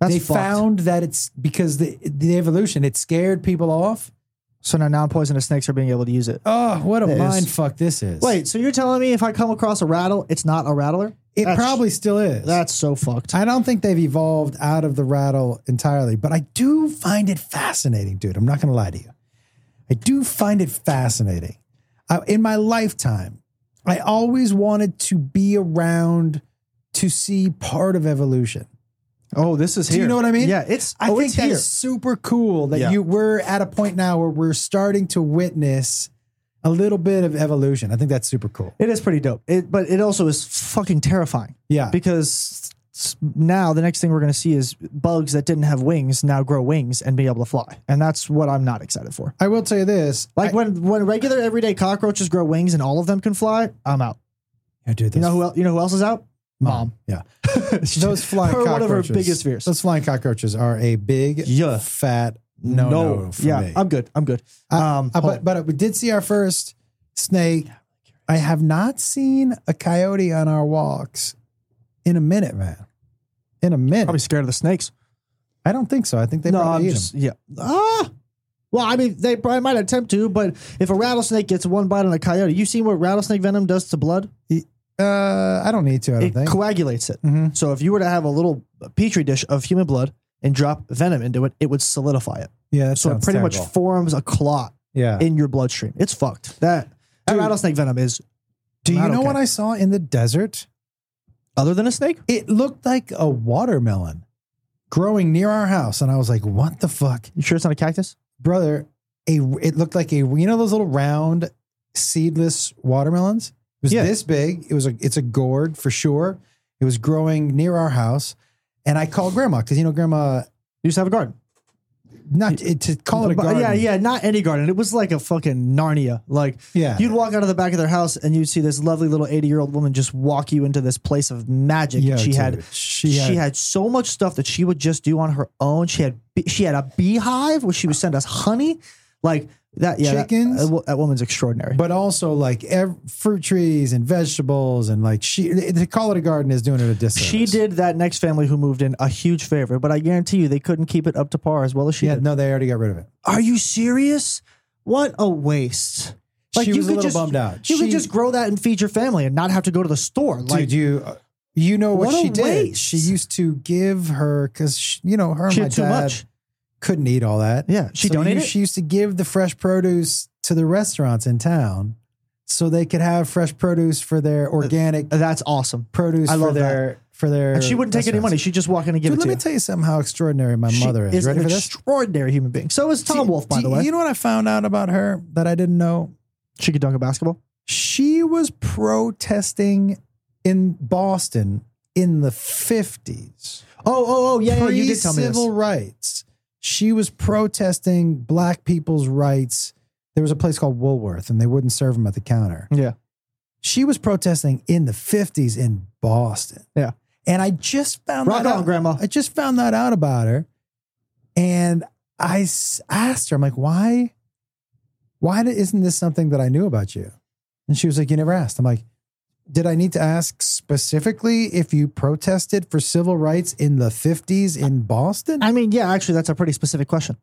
Speaker 2: That's
Speaker 1: they
Speaker 2: fucked.
Speaker 1: found that it's because the the evolution it scared people off.
Speaker 2: so now non-poisonous snakes are being able to use it.
Speaker 1: Oh, what a
Speaker 2: It is.
Speaker 1: mind fuck this is!
Speaker 2: Wait, so you're telling me if I come across a rattle, it's not a rattler?
Speaker 1: it
Speaker 2: that's-
Speaker 1: probably still is.
Speaker 2: That's so fucked.
Speaker 1: I don't think they've evolved out of the rattle entirely, but I do find it fascinating, dude. I'm not going to lie to you. I do find it fascinating. I, in my lifetime, I always wanted to be around to see part of evolution.
Speaker 2: Oh, this is
Speaker 1: Do you know what I mean?
Speaker 2: Yeah, it's.
Speaker 1: I
Speaker 2: oh,
Speaker 1: think
Speaker 2: it's
Speaker 1: that's
Speaker 2: here.
Speaker 1: super cool that
Speaker 2: Yeah.
Speaker 1: you we're at a point now where we're starting to witness a little bit of evolution. I think that's super cool.
Speaker 2: It is pretty dope. It, but it also is fucking terrifying
Speaker 1: Yeah.
Speaker 2: because s- now the next thing we're going to see is bugs that didn't have wings now grow wings and be able to fly. And that's what I'm not excited for.
Speaker 1: I will tell you this.
Speaker 2: Like
Speaker 1: I,
Speaker 2: when when regular everyday cockroaches grow wings and all of them can fly, I'm out.
Speaker 1: Yeah, dude,
Speaker 2: You
Speaker 1: those-
Speaker 2: know who else, you know who else is out? Mom.
Speaker 1: Yeah. those flying
Speaker 2: Her
Speaker 1: cockroaches.
Speaker 2: one of her biggest fears.
Speaker 1: Those flying cockroaches are a big
Speaker 2: Yeah.
Speaker 1: fat no no, for
Speaker 2: yeah,
Speaker 1: me.
Speaker 2: I'm good. I'm good. um,
Speaker 1: Uh, but
Speaker 2: hold-
Speaker 1: but we did see our first snake. I have not seen a coyote on our walks in a minute, man. In a minute.
Speaker 2: probably scared of the snakes.
Speaker 1: I don't think so. I think they
Speaker 2: no,
Speaker 1: probably
Speaker 2: I'm
Speaker 1: eat
Speaker 2: just yeah. Ah. Well, I mean, they probably might attempt to, but if a rattlesnake gets one bite on a coyote, you seen what rattlesnake venom does to blood?
Speaker 1: them. Uh, I don't need to. I don't
Speaker 2: It
Speaker 1: think.
Speaker 2: coagulates it.
Speaker 1: Mhm.
Speaker 2: So if you were to have a little petri dish of human blood and drop venom into it, it would solidify it.
Speaker 1: Yeah, that
Speaker 2: So it
Speaker 1: sounds
Speaker 2: pretty much
Speaker 1: terrible.
Speaker 2: forms a clot
Speaker 1: yeah.
Speaker 2: in your bloodstream. It's fucked. That, that
Speaker 1: Dude.
Speaker 2: rattlesnake venom is
Speaker 1: Do you
Speaker 2: not
Speaker 1: know
Speaker 2: okay.
Speaker 1: what I saw in the desert?
Speaker 2: other than a snake.
Speaker 1: It looked like a watermelon growing near our house, and I was like, "What the fuck,
Speaker 2: You sure it's not a cactus?
Speaker 1: brother?" A it looked like a you know those little round seedless watermelons. It was
Speaker 2: Yeah.
Speaker 1: this big. It was a it's a gourd for sure. It was growing near our house, and I called grandma because you know grandma
Speaker 2: You just have a garden.
Speaker 1: not it, to call it a
Speaker 2: But-
Speaker 1: garden.
Speaker 2: Yeah, yeah, not any garden. It was like a fucking Narnia. Like
Speaker 1: yeah.
Speaker 2: you'd walk out of the back of their house and you'd see this lovely little 80 year old woman just walk you into this place of magic.
Speaker 1: Yeah,
Speaker 2: she
Speaker 1: dude.
Speaker 2: had
Speaker 1: she had,
Speaker 2: so much stuff that she would just do on her own. She had bee- she had a beehive where she would send us honey, like that. Yeah, that-
Speaker 1: Chickens?
Speaker 2: That, wo- that woman's extraordinary.
Speaker 1: but also like ev- fruit trees and vegetables and like she to call it a garden is doing it a disservice.
Speaker 2: she did that next family who moved in a huge favor, but I guarantee you they couldn't keep it up to par as well as she
Speaker 1: Yeah,
Speaker 2: did.
Speaker 1: no, they already got rid of it.
Speaker 2: Are you serious? What a waste! Like,
Speaker 1: she
Speaker 2: you
Speaker 1: was a
Speaker 2: could
Speaker 1: little
Speaker 2: just-
Speaker 1: bummed out.
Speaker 2: You
Speaker 1: she,
Speaker 2: could just grow that and feed your family and not have to go to the store.
Speaker 1: dude,
Speaker 2: Like
Speaker 1: you you know what,
Speaker 2: What a
Speaker 1: she did?
Speaker 2: waste.
Speaker 1: She used to give her because you know her and
Speaker 2: she
Speaker 1: my
Speaker 2: had too
Speaker 1: dad
Speaker 2: much.
Speaker 1: couldn't eat all that.
Speaker 2: Yeah, she
Speaker 1: So
Speaker 2: donated.
Speaker 1: you-
Speaker 2: it?
Speaker 1: She used to give the fresh produce to the restaurants in town, so they could have fresh produce for their organic
Speaker 2: That's awesome.
Speaker 1: produce
Speaker 2: I love
Speaker 1: for their for their.
Speaker 2: And she wouldn't take any
Speaker 1: restaurants.
Speaker 2: money. She'd just walk in and give
Speaker 1: Dude,
Speaker 2: it
Speaker 1: let
Speaker 2: to
Speaker 1: me
Speaker 2: you.
Speaker 1: tell you something. How extraordinary my
Speaker 2: She
Speaker 1: mother is. Ready
Speaker 2: an
Speaker 1: for this?
Speaker 2: extraordinary human being. So is Tom
Speaker 1: Do-
Speaker 2: Wolf, by
Speaker 1: do-
Speaker 2: the way.
Speaker 1: You know what I found out about her that I didn't know?
Speaker 2: she could dunk a basketball.
Speaker 1: She was protesting in Boston in the 50s.
Speaker 2: Oh, oh, oh, yeah, yeah, you did tell me this.
Speaker 1: civil rights. She was protesting black people's rights. There was a place called Woolworth and they wouldn't serve them at the counter.
Speaker 2: Yeah.
Speaker 1: She was protesting in the 50s in Boston.
Speaker 2: Yeah.
Speaker 1: And I just found
Speaker 2: Rock
Speaker 1: that
Speaker 2: on,
Speaker 1: out.
Speaker 2: Grandma.
Speaker 1: I just found that out about her, and I s- asked her, "I'm like, why? Why di- isn't this something that I knew about you?" And she was like, "You never asked." I'm like, "Did I need to ask specifically if you protested for civil rights in the '50s in Boston?"
Speaker 2: I mean, yeah, actually, that's a pretty specific question.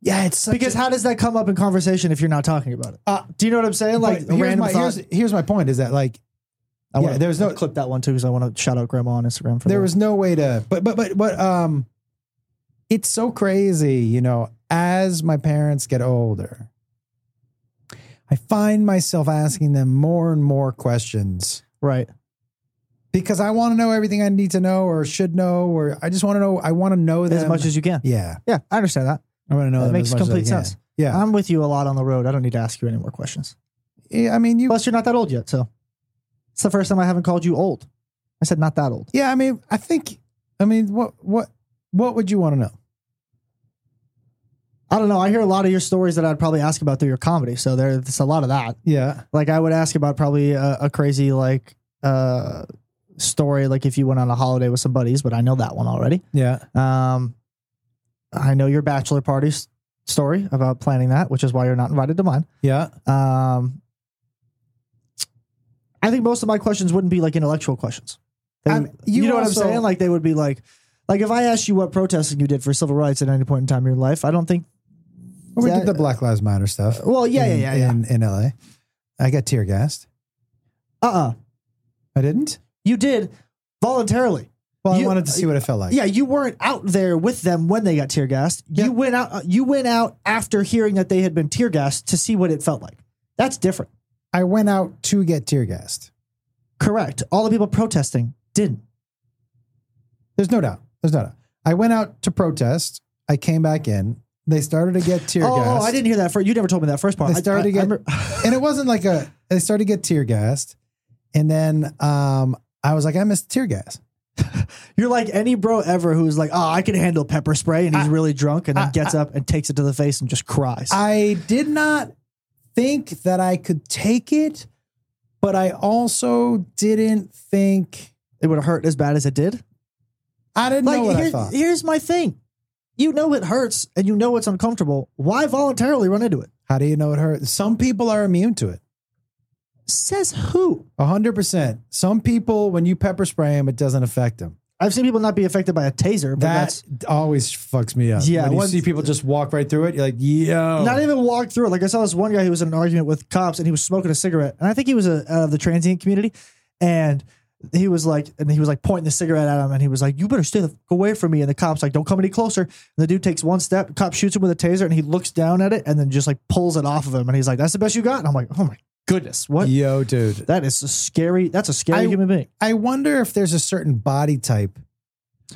Speaker 1: yeah, it's such
Speaker 2: Because
Speaker 1: a-
Speaker 2: how does that come up in conversation if you're not talking about it?
Speaker 1: Uh,
Speaker 2: Do you know what I'm saying? Like,
Speaker 1: but
Speaker 2: a
Speaker 1: here's
Speaker 2: random
Speaker 1: my,
Speaker 2: thought.
Speaker 1: here's, here's my point: is that like
Speaker 2: I
Speaker 1: yeah,
Speaker 2: wanna,
Speaker 1: there was no-
Speaker 2: clip that one too because I want to shout out Grandma on Instagram for
Speaker 1: there
Speaker 2: that.
Speaker 1: was no way to but but but but um it's so crazy you know as my parents get older i find myself asking them more and more questions
Speaker 2: right.
Speaker 1: because i want to know everything i need to know or should know or i just want to know i want to know them
Speaker 2: As much as you can.
Speaker 1: yeah
Speaker 2: Yeah, I understand that.
Speaker 1: i want to know
Speaker 2: That
Speaker 1: them
Speaker 2: makes
Speaker 1: as much as I
Speaker 2: complete
Speaker 1: can.
Speaker 2: sense. Um,
Speaker 1: yeah.
Speaker 2: I'm with you a lot on the road. I don't need to ask you any more questions.
Speaker 1: yeah i mean you
Speaker 2: Plus, you're not that old yet, so it's the first time I haven't called you old. I said not that old.
Speaker 1: yeah i mean i think i mean what what what would you want to know
Speaker 2: I don't know. I hear a lot of your stories that I'd probably ask about through your comedy. So there's a lot of that.
Speaker 1: yeah
Speaker 2: Like I would ask about probably a, a crazy like uh story, like if you went on a holiday with some buddies, but I know that one already.
Speaker 1: yeah
Speaker 2: Um, I know your bachelor party s- story about planning that, which is why you're not invited to mine.
Speaker 1: yeah
Speaker 2: Um, I think most of my questions wouldn't be like intellectual questions. They
Speaker 1: I'm-
Speaker 2: would- you,
Speaker 1: Um, you
Speaker 2: know
Speaker 1: also-
Speaker 2: what I'm saying? Like they would be like, like if I asked you what protesting you did for civil rights at any point in time in your life, I don't think.
Speaker 1: well, we
Speaker 2: that-
Speaker 1: did the black lives matter stuff
Speaker 2: Well, yeah, yeah,
Speaker 1: in,
Speaker 2: yeah, yeah.
Speaker 1: in, in la i got tear gassed
Speaker 2: Uh, uh
Speaker 1: I didn't.
Speaker 2: you did voluntarily.
Speaker 1: Well,
Speaker 2: You-
Speaker 1: I wanted to see what it felt like.
Speaker 2: Yeah, you weren't out there with them when they got tear gassed.
Speaker 1: Yeah.
Speaker 2: You went out. uh, You went out after hearing that they had been tear gassed to see what it felt like. That's different.
Speaker 1: I went out to get tear gassed.
Speaker 2: Correct. All the people protesting didn't.
Speaker 1: There's no doubt. There's no doubt. I went out to protest. I came back in. They started to get tear
Speaker 2: oh,
Speaker 1: gassed.
Speaker 2: oh, I didn't hear that first. You never told me that first part.
Speaker 1: They started to
Speaker 2: I, I,
Speaker 1: get-
Speaker 2: I remember-
Speaker 1: And it wasn't like a. They started to get tear gassed, and then um, I was like, I missed tear gas.
Speaker 2: You're like any bro ever who's like, oh, I can handle pepper spray, and he's
Speaker 1: I-
Speaker 2: really drunk, and then
Speaker 1: I-
Speaker 2: gets up and takes it to the face and just cries.
Speaker 1: I did not think that I could take it, but I also didn't think
Speaker 2: it would have hurt as bad as it did.
Speaker 1: I didn't
Speaker 2: Like,
Speaker 1: know what I
Speaker 2: here-
Speaker 1: thought.
Speaker 2: here's my thing: you know it hurts, and you know it's uncomfortable. Why voluntarily run into it?
Speaker 1: How do you know it hurt? Some people are immune to it.
Speaker 2: Says who?
Speaker 1: A hundred percent. Some people, when you pepper spray them, it doesn't affect them.
Speaker 2: I've seen people not be affected by a taser, but
Speaker 1: That
Speaker 2: that's
Speaker 1: always fucks me up.
Speaker 2: Yeah,
Speaker 1: when you
Speaker 2: once-
Speaker 1: see people just walk right through it, you're like, yo,
Speaker 2: not even walk through it. Like I saw this one guy who was in an argument with cops, and he was smoking a cigarette, and I think he was a out of the transient community, and. He was like, and he was like pointing the cigarette at him, and he was like, "You better stay the fuck away from me." And the cops like, "Don't come any closer." And the dude takes one step, cop shoots him with a taser, and he looks down at it, and then just like pulls it off of him, and he's like, "That's the best you got." And I'm like, "Oh my goodness, what?
Speaker 1: yo, dude.
Speaker 2: That is a scary. That's a
Speaker 1: I-
Speaker 2: scary human being."
Speaker 1: I wonder if there's a certain body type.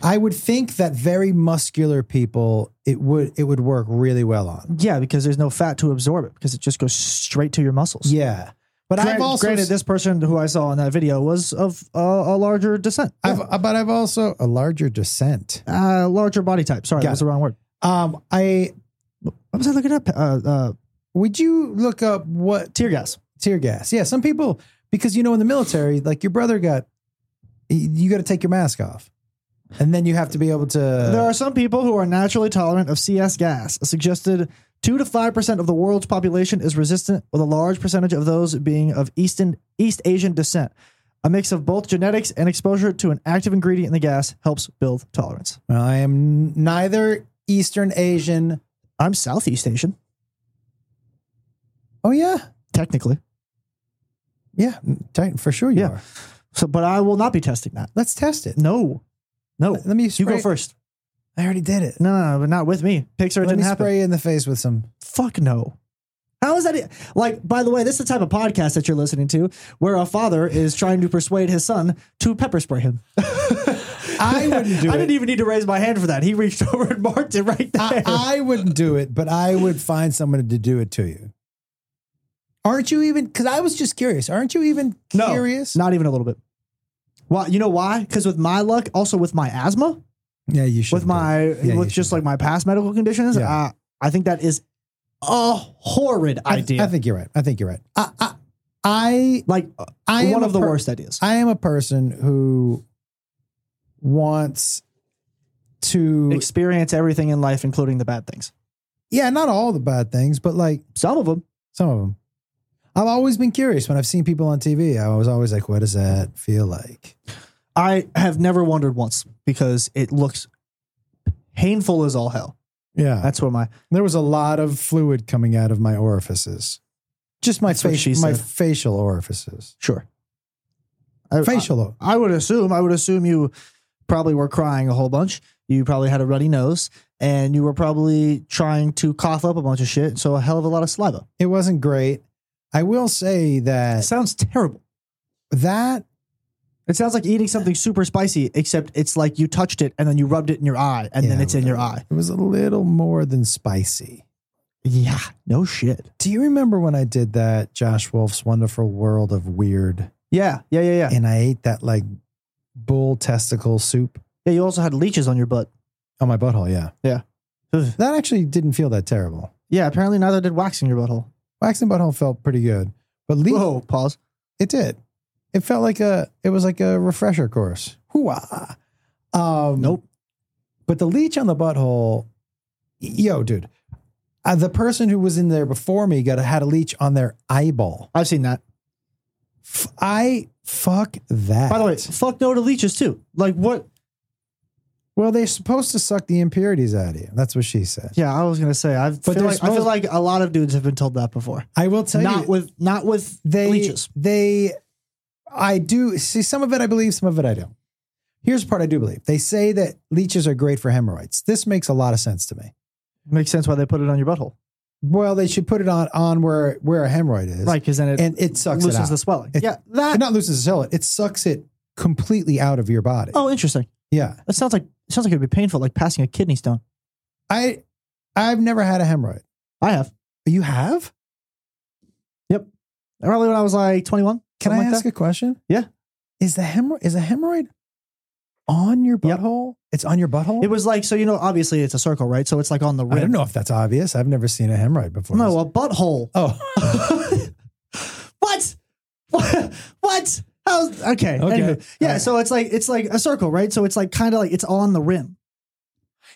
Speaker 1: I would think that very muscular people, it would it would work really well on.
Speaker 2: Yeah, because there's no fat to absorb it, because it just goes straight to your muscles.
Speaker 1: Yeah, but
Speaker 2: Gran-
Speaker 1: I've also
Speaker 2: granted this person who I saw in that video was of uh, a larger descent,
Speaker 1: I've, but I've also a larger descent.
Speaker 2: uh, larger body type. Sorry,
Speaker 1: Got
Speaker 2: that was the wrong word.
Speaker 1: Um, I
Speaker 2: What was I looking up? Uh, uh,
Speaker 1: would you look up what
Speaker 2: tear gas.
Speaker 1: tear gas? Yeah, some people because you know in the military, like your brother got, you got to take your mask off, and then you have to be able to.
Speaker 2: there are some people who are naturally tolerant of CS gas. A suggested two to five percent of the world's population is resistant, with a large percentage of those being of Eastern East Asian descent. A mix of both genetics and exposure to an active ingredient in the gas helps build tolerance.
Speaker 1: well, I am neither Eastern Asian.
Speaker 2: I'm Southeast Asian,
Speaker 1: Oh yeah,
Speaker 2: technically.
Speaker 1: yeah, Titan, for sure you
Speaker 2: Yeah.
Speaker 1: are.
Speaker 2: So, but I will not be testing that.
Speaker 1: Let's test it.
Speaker 2: No, no.
Speaker 1: Let me.
Speaker 2: You
Speaker 1: Spray.
Speaker 2: go first.
Speaker 1: I already did it.
Speaker 2: No, no, no, but not with me. Pixar it
Speaker 1: Let
Speaker 2: didn't
Speaker 1: me
Speaker 2: happen.
Speaker 1: spray you in the face with some.
Speaker 2: Fuck no. How is that? e- Like, by the way, this is the type of podcast that you're listening to where a father is trying to persuade his son to pepper spray him.
Speaker 1: I wouldn't do it.
Speaker 2: I
Speaker 1: Uh,
Speaker 2: didn't even need to raise my hand for that. He reached over and marked it right
Speaker 1: I,
Speaker 2: there.
Speaker 1: I wouldn't do it, but I would find someone to do it to you. Aren't you even? Because I was just curious. Aren't you even
Speaker 2: No,
Speaker 1: curious?
Speaker 2: Not even a little bit. Why? You know why? Because with my luck, also with my asthma,
Speaker 1: Yeah, you should.
Speaker 2: with my,
Speaker 1: Yeah, you
Speaker 2: with just like my past medical conditions,
Speaker 1: Yeah.
Speaker 2: uh, I think that is a horrid
Speaker 1: I,
Speaker 2: idea.
Speaker 1: I think you're right. I think you're right. I, I, I,
Speaker 2: like
Speaker 1: I am
Speaker 2: one
Speaker 1: a
Speaker 2: of the
Speaker 1: per-
Speaker 2: worst ideas.
Speaker 1: I am a person who wants to.
Speaker 2: Experience everything in life, including the bad things.
Speaker 1: Yeah, not all the bad things, but like
Speaker 2: Some of them.
Speaker 1: some of them. I've always been curious when I've seen people on TV. I was always like, "What does that feel like?"
Speaker 2: I have never wondered once because it looks painful as all hell.
Speaker 1: Yeah,
Speaker 2: That's where my
Speaker 1: There was a lot of fluid coming out of my orifices. Just my
Speaker 2: That's what she
Speaker 1: face, my
Speaker 2: said.
Speaker 1: facial orifices.
Speaker 2: sure. I,
Speaker 1: facial. o-
Speaker 2: I, I would assume. I would assume you probably were crying a whole bunch. You probably had a runny nose, and you were probably trying to cough up a bunch of shit. So a hell of a lot of saliva.
Speaker 1: it wasn't great. I will say
Speaker 2: It
Speaker 1: that
Speaker 2: sounds terrible.
Speaker 1: that
Speaker 2: It sounds like eating something super spicy, except it's like you touched it and then you rubbed it in your eye, and then
Speaker 1: Yeah,
Speaker 2: it's in your eye.
Speaker 1: it was a little more than spicy.
Speaker 2: Yeah, no shit.
Speaker 1: Do you remember when I did that Josh Wolf's Wonderful World of Weird
Speaker 2: Yeah, yeah, yeah, yeah.
Speaker 1: and I ate that like bull testicle soup
Speaker 2: Yeah, you also had leeches on your butt.
Speaker 1: on my butthole? Yeah.
Speaker 2: Yeah. Ugh.
Speaker 1: That actually didn't feel that terrible.
Speaker 2: Yeah, apparently neither did waxing your butthole.
Speaker 1: Waxing butthole felt pretty good, but leaf,
Speaker 2: Whoa, pause.
Speaker 1: It did. It felt like a. It was like a refresher course. Hooah. Um,
Speaker 2: Nope.
Speaker 1: But the leech on the butthole. Yo, dude. Uh, the person who was in there before me got a, had a leech on their eyeball.
Speaker 2: I've seen that.
Speaker 1: F- I fuck that.
Speaker 2: By the way, fuck no to leeches too. Like what?
Speaker 1: well, they're supposed to suck the impurities out of you. That's what she said.
Speaker 2: Yeah, I was gonna say. I feel
Speaker 1: they're
Speaker 2: like I feel
Speaker 1: supposed-
Speaker 2: like a lot of dudes have been told that before.
Speaker 1: I will tell
Speaker 2: not
Speaker 1: you,
Speaker 2: with not with
Speaker 1: they
Speaker 2: leeches.
Speaker 1: they. I do see some of it. I believe some of it. I don't. Here's the part I do believe. They say that leeches are great for hemorrhoids. This makes a lot of sense to me.
Speaker 2: Makes sense why they put it on your butthole,
Speaker 1: Well, they should put it on on where where a hemorrhoid is,
Speaker 2: right? Because then it
Speaker 1: And it sucks it
Speaker 2: loosens
Speaker 1: out.
Speaker 2: the swelling.
Speaker 1: It-
Speaker 2: yeah, that.
Speaker 1: It not loosens the cell. It sucks it completely out of your body.
Speaker 2: oh, interesting.
Speaker 1: yeah.
Speaker 2: That sounds like it sounds like it'd be painful, like passing a kidney stone.
Speaker 1: I I've never had a hemorrhoid.
Speaker 2: I have.
Speaker 1: You have?
Speaker 2: Probably when I was like twenty one.
Speaker 1: Can I ask a question?
Speaker 2: Yeah.
Speaker 1: Is the hemorrhoid is a hemorrhoid on your
Speaker 2: Yep.
Speaker 1: butthole? It's on your butthole.
Speaker 2: It was like so you know obviously it's a circle, right? So it's like on the
Speaker 1: I don't
Speaker 2: rim.
Speaker 1: know if that's obvious. I've never seen a hemorrhoid before.
Speaker 2: No, a butthole.
Speaker 1: Oh.
Speaker 2: what? What? What? How? Okay.
Speaker 1: Okay.
Speaker 2: Anywho. Yeah.
Speaker 1: Alright.
Speaker 2: So it's like it's like a circle, right? So it's like kind of like it's on the rim.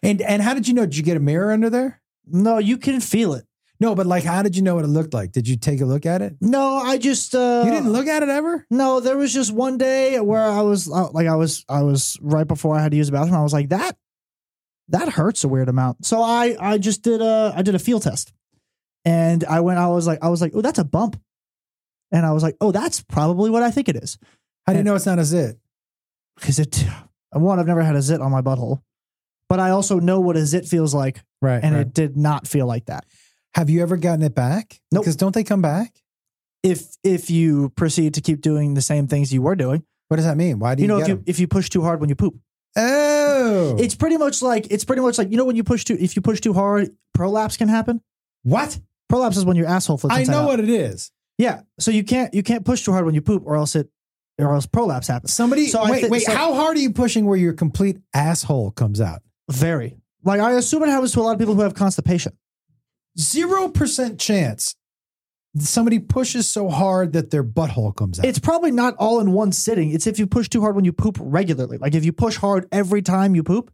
Speaker 1: And and how did you know? Did you get a mirror under there?
Speaker 2: No, you can feel it.
Speaker 1: No, but like, how did you know what it looked like? Did you take a look at it?
Speaker 2: No, I just uh,
Speaker 1: you didn't look at it ever.
Speaker 2: No, there was just one day where I was uh, like, I was, I was right before I had to use the bathroom. I was like, that, that hurts a weird amount. So I, I just did a, I did a field test, and I went. I was like, I was like, oh, that's a bump, and I was like, oh, that's probably what I think it is.
Speaker 1: How do you know it's not a zit?
Speaker 2: because it one I've never had a zit on my butthole, but I also know what a zit feels like,
Speaker 1: Right.
Speaker 2: and it did not feel like that.
Speaker 1: Have you ever gotten it back?
Speaker 2: Nope.
Speaker 1: Because don't they come back?
Speaker 2: If if you proceed to keep doing the same things you were doing,
Speaker 1: What does that mean? Why do
Speaker 2: you,
Speaker 1: you,
Speaker 2: know if
Speaker 1: get
Speaker 2: you
Speaker 1: 'em?
Speaker 2: if you push too hard when you poop,
Speaker 1: Oh,
Speaker 2: it's pretty much like it's pretty much like you know when you push too if you push too hard, prolapse can happen.
Speaker 1: what?
Speaker 2: Prolapse is when your asshole flips.
Speaker 1: I
Speaker 2: inside
Speaker 1: know
Speaker 2: out.
Speaker 1: what it is.
Speaker 2: Yeah, so you can't you can't push too hard when you poop, or else it or else prolapse happens.
Speaker 1: Somebody,
Speaker 2: So I
Speaker 1: wait,
Speaker 2: thi-
Speaker 1: wait.
Speaker 2: so-
Speaker 1: how hard are you pushing where your complete asshole comes out?
Speaker 2: Very Like I assume it happens to a lot of people who have constipation.
Speaker 1: Zero percent chance somebody pushes so hard that their butthole comes out.
Speaker 2: It's probably not all in one sitting. It's if you push too hard when you poop regularly. Like if you push hard every time you poop,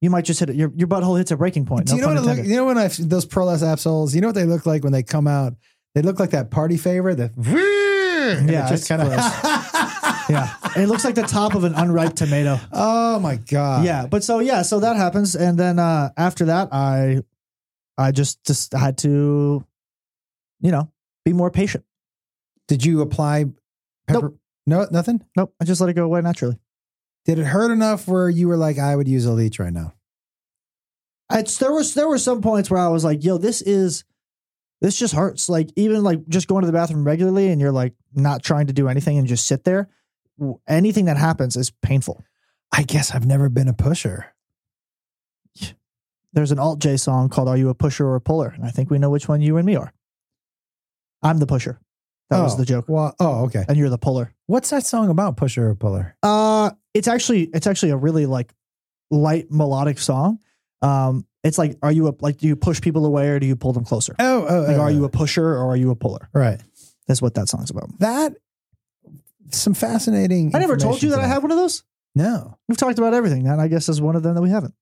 Speaker 2: you might just hit it. Your, your butthole hits a breaking point.
Speaker 1: Do
Speaker 2: No
Speaker 1: you know
Speaker 2: pun
Speaker 1: what it look,
Speaker 2: intended.
Speaker 1: you know when I those Proles absoles? You know what they look like when they come out? They look like that party favor. The
Speaker 2: Yeah,
Speaker 1: just
Speaker 2: it's
Speaker 1: kind of.
Speaker 2: yeah, it looks like the top of an unripe tomato.
Speaker 1: Oh my god.
Speaker 2: yeah, but so yeah, so that happens, and then uh, after that, I, I just just had to, you know, be more patient.
Speaker 1: Did you apply? Pepper? No, nothing.
Speaker 2: Nope, I just let it go away naturally.
Speaker 1: Did it hurt enough where you were like, I would use a leech right now?
Speaker 2: It's there was there were some points where I was like, yo, this is, this just hurts. Like even like just going to the bathroom regularly, and you're like not trying to do anything and just sit there. w- Anything that happens is painful.
Speaker 1: I guess I've never been a pusher.
Speaker 2: There's an alt J song called "Are You a Pusher or a Puller?" and I think we know which one you and me are. I'm the pusher. That was
Speaker 1: Oh,
Speaker 2: the joke,
Speaker 1: Well, oh, okay.
Speaker 2: and you're the puller.
Speaker 1: What's that song about? Pusher or puller?
Speaker 2: Uh, it's actually it's actually a really like light melodic song. Um, it's like are you a like do you push people away or do you pull them closer?
Speaker 1: Oh, oh,
Speaker 2: Like
Speaker 1: oh,
Speaker 2: are you a pusher or are you a puller?
Speaker 1: oh. right?
Speaker 2: That's what that song's about.
Speaker 1: That some fascinating.
Speaker 2: I never told you that I
Speaker 1: information
Speaker 2: have one of those.
Speaker 1: today. No.
Speaker 2: We've talked about everything, and I guess is one of them that we haven't.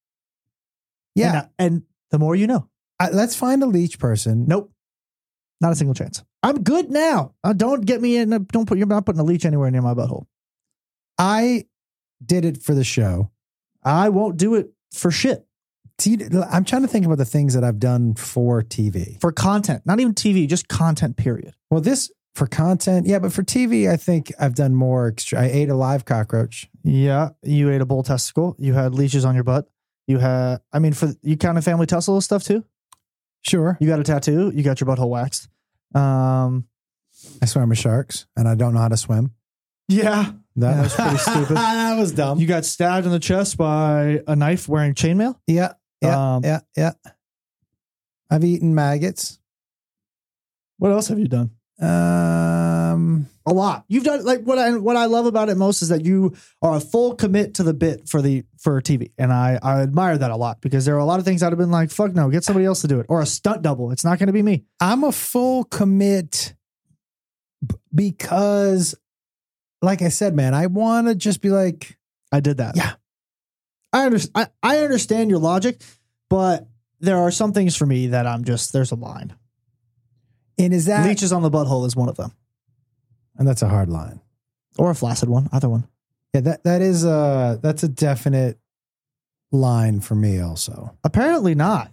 Speaker 1: Yeah,
Speaker 2: and, and the more you know.
Speaker 1: I- let's find a leech person.
Speaker 2: Nope, not a single chance. I'm good now. Uh, don't get me in. Don't put. You're not putting a leech anywhere near my butthole.
Speaker 1: I did it for the show.
Speaker 2: I won't do it for shit
Speaker 1: See, I'm trying to think about the things that I've done for TV.
Speaker 2: for content. Not even TV, just content. Period.
Speaker 1: Well, this for content, yeah, but for TV, I think I've done more. Extra- I ate a live cockroach.
Speaker 2: Yeah, you ate a bull testicle. You had leeches on your butt. You had, I mean, for you counted family tussle stuff too.
Speaker 1: Sure,
Speaker 2: You got a tattoo. You got your butthole waxed. Um,
Speaker 1: I swam with sharks, and I don't know how to swim.
Speaker 2: yeah, that was pretty stupid.
Speaker 1: that was dumb.
Speaker 2: you got stabbed in the chest by a knife wearing chainmail.
Speaker 1: yeah, yeah,
Speaker 2: Um,
Speaker 1: yeah, yeah. I've eaten maggots.
Speaker 2: What else have you done?
Speaker 1: Um,
Speaker 2: A lot. You've done like what I what I love about it most is that you are a full commit to the bit for the for TV, and I I admire that a lot because there are a lot of things I'd have been like, fuck no, get somebody else to do it or a stunt double. It's not going to be me.
Speaker 1: I'm a full commit b- because, like I said, man, I want to just be like,
Speaker 2: I did that.
Speaker 1: Yeah.
Speaker 2: I understand. I, I understand your logic, but there are some things for me that I'm just there's a line.
Speaker 1: and is that?
Speaker 2: Leeches on the butthole is one of them,
Speaker 1: and that's a hard line.
Speaker 2: or a flaccid one, either one.
Speaker 1: Yeah, that that is a that's a definite line for me. Also,
Speaker 2: Apparently not,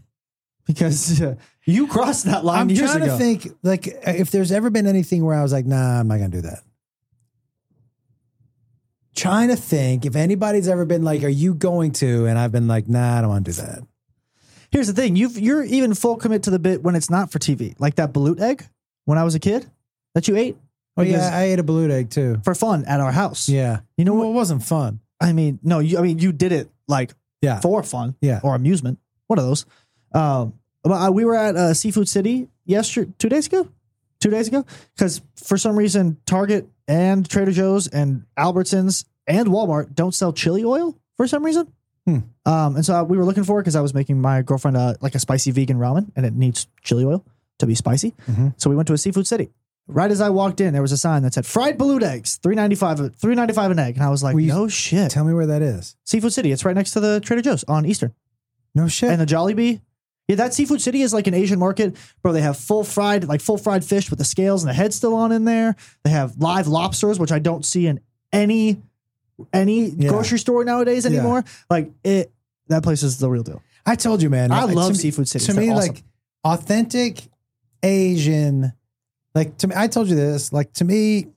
Speaker 2: because uh, you crossed that line
Speaker 1: I'm
Speaker 2: years
Speaker 1: trying to
Speaker 2: ago.
Speaker 1: think like if there's ever been anything where I was like, nah, I'm not gonna do that. Trying to think if anybody's ever been like, are you going to? And I've been like, nah, I don't want to do that.
Speaker 2: Here's the thing: you've you're even full commit to the bit when it's not for TV, like that balut egg when I was a kid that you ate.
Speaker 1: Oh yeah,
Speaker 2: Because-
Speaker 1: I ate a blue egg too.
Speaker 2: For fun at our house.
Speaker 1: Yeah,
Speaker 2: You know
Speaker 1: well,
Speaker 2: what?
Speaker 1: it wasn't fun.
Speaker 2: I mean, no, you, I mean, you did it like
Speaker 1: Yeah.
Speaker 2: for fun
Speaker 1: Yeah.
Speaker 2: or amusement, one of those. Um, but uh, we were at uh, Seafood City yesterday, two days ago, two days ago, because for some reason Target and Trader Joe's and Albertsons and Walmart don't sell chili oil for some reason.
Speaker 1: Hmm.
Speaker 2: Um, and so we were looking for it because I was making my girlfriend uh, like a spicy vegan ramen, and it needs chili oil to be spicy.
Speaker 1: Mhm.
Speaker 2: So we went to a Seafood City. Right as I walked in, there was a sign that said "fried balut eggs, three ninety five, three ninety five an egg," and I was like,
Speaker 1: Were you-
Speaker 2: "No shit!"
Speaker 1: Tell me where that is.
Speaker 2: Seafood City. It's right next to the Trader Joe's on Eastern
Speaker 1: No shit.
Speaker 2: and the Jollibee. Yeah, that Seafood City is like an Asian market, bro. They have full fried, like full fried fish with the scales and the head still on in there. They have live lobsters, which I don't see in any any
Speaker 1: Yeah.
Speaker 2: grocery store nowadays
Speaker 1: Yeah.
Speaker 2: anymore. Like it, that place is the real deal.
Speaker 1: I told you, man.
Speaker 2: I
Speaker 1: like,
Speaker 2: love
Speaker 1: to me-
Speaker 2: Seafood City.
Speaker 1: To
Speaker 2: They're
Speaker 1: me,
Speaker 2: awesome.
Speaker 1: like authentic Asian, like to me, I told you this. Like to me,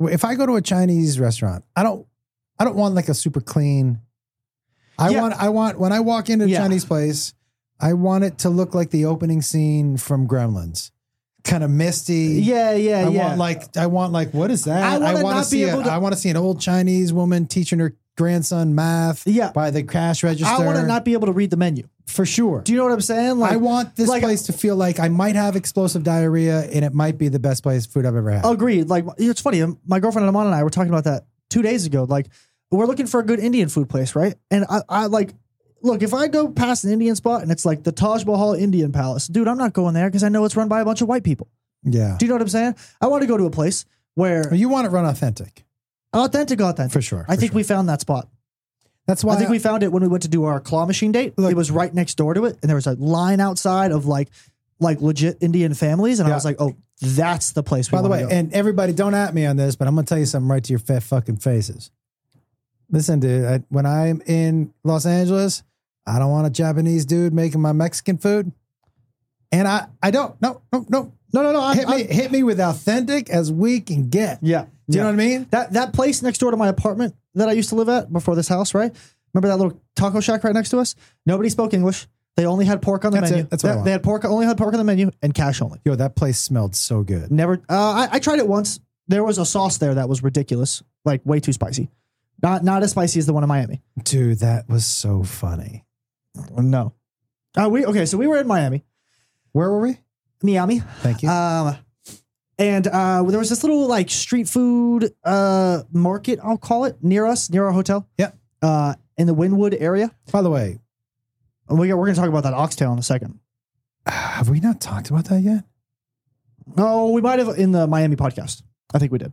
Speaker 1: if I go to a Chinese restaurant, I don't, I don't want like a super clean. I
Speaker 2: Yeah.
Speaker 1: want, I want when I walk into a
Speaker 2: Yeah.
Speaker 1: Chinese place, I want it to look like the opening scene from Gremlins, kind of misty.
Speaker 2: yeah, yeah,
Speaker 1: I
Speaker 2: yeah.
Speaker 1: want like I want like what is that?
Speaker 2: I wanna
Speaker 1: wanna
Speaker 2: not be
Speaker 1: see a-
Speaker 2: able to-
Speaker 1: I want to see an old Chinese woman teaching her grandson math
Speaker 2: yeah.
Speaker 1: by the cash register.
Speaker 2: I want to not be able to read the menu.
Speaker 1: for sure.
Speaker 2: Do you know what I'm saying? Like,
Speaker 1: I want this
Speaker 2: like-
Speaker 1: place to feel like I might have explosive diarrhea and it might be the best place food I've ever had.
Speaker 2: Agreed. Like it's funny. um, My girlfriend Amon and I were talking about that two days ago. Like we're looking for a good Indian food place, right? And I, I like look, if I go past an Indian spot and it's like the Taj Mahal Indian Palace, dude, I'm not going there because I know it's run by a bunch of white people.
Speaker 1: Yeah.
Speaker 2: Do you know what I'm saying? I want to go to a place where
Speaker 1: You want it run authentic
Speaker 2: authentic, authentic.
Speaker 1: for sure.
Speaker 2: I
Speaker 1: for
Speaker 2: think
Speaker 1: sure.
Speaker 2: we found that spot.
Speaker 1: That's why
Speaker 2: I think we found it when we went to do our claw machine date.
Speaker 1: Look-
Speaker 2: it was right next door to it, and there was a line outside of like like legit Indian families, and
Speaker 1: Yeah.
Speaker 2: I was like, oh, that's the place. We
Speaker 1: By the way,
Speaker 2: wanna go.
Speaker 1: and everybody, don't at me on this, but I'm gonna tell you something right to your fat fucking faces. Listen, dude, I, when I'm in Los Angeles, I don't want a Japanese dude making my Mexican food, and I, I don't, no, no, no.
Speaker 2: no, no, no, I,
Speaker 1: Hit
Speaker 2: I-
Speaker 1: me, hit me with authentic as we can get.
Speaker 2: yeah,
Speaker 1: Do you
Speaker 2: yeah.
Speaker 1: know what I mean?
Speaker 2: that that place next door to my apartment that I used to live at before this house, right? Remember that little taco shack right next to us? Nobody spoke English. They only had pork on the
Speaker 1: That's
Speaker 2: menu.
Speaker 1: it. That's what I
Speaker 2: That-
Speaker 1: want.
Speaker 2: they had pork only had pork on the menu and cash only.
Speaker 1: Yo, that place smelled so good.
Speaker 2: Never. Uh, I, I tried it once. There was a sauce there that was ridiculous, like way too spicy. Not not as spicy as the one in Miami.
Speaker 1: Dude, that was so funny.
Speaker 2: No. Uh, we okay. So we were in Miami,
Speaker 1: Where were we? Uh,
Speaker 2: Miami,
Speaker 1: Thank you.
Speaker 2: um, and uh, there was this little like street food uh market. I'll call it near us, near our hotel.
Speaker 1: Yeah.
Speaker 2: Uh, in the Wynwood area.
Speaker 1: By the way,
Speaker 2: And We, we're going to talk about that oxtail in a second.
Speaker 1: have we not talked about that yet?
Speaker 2: No, we might have in the Miami podcast. I think we did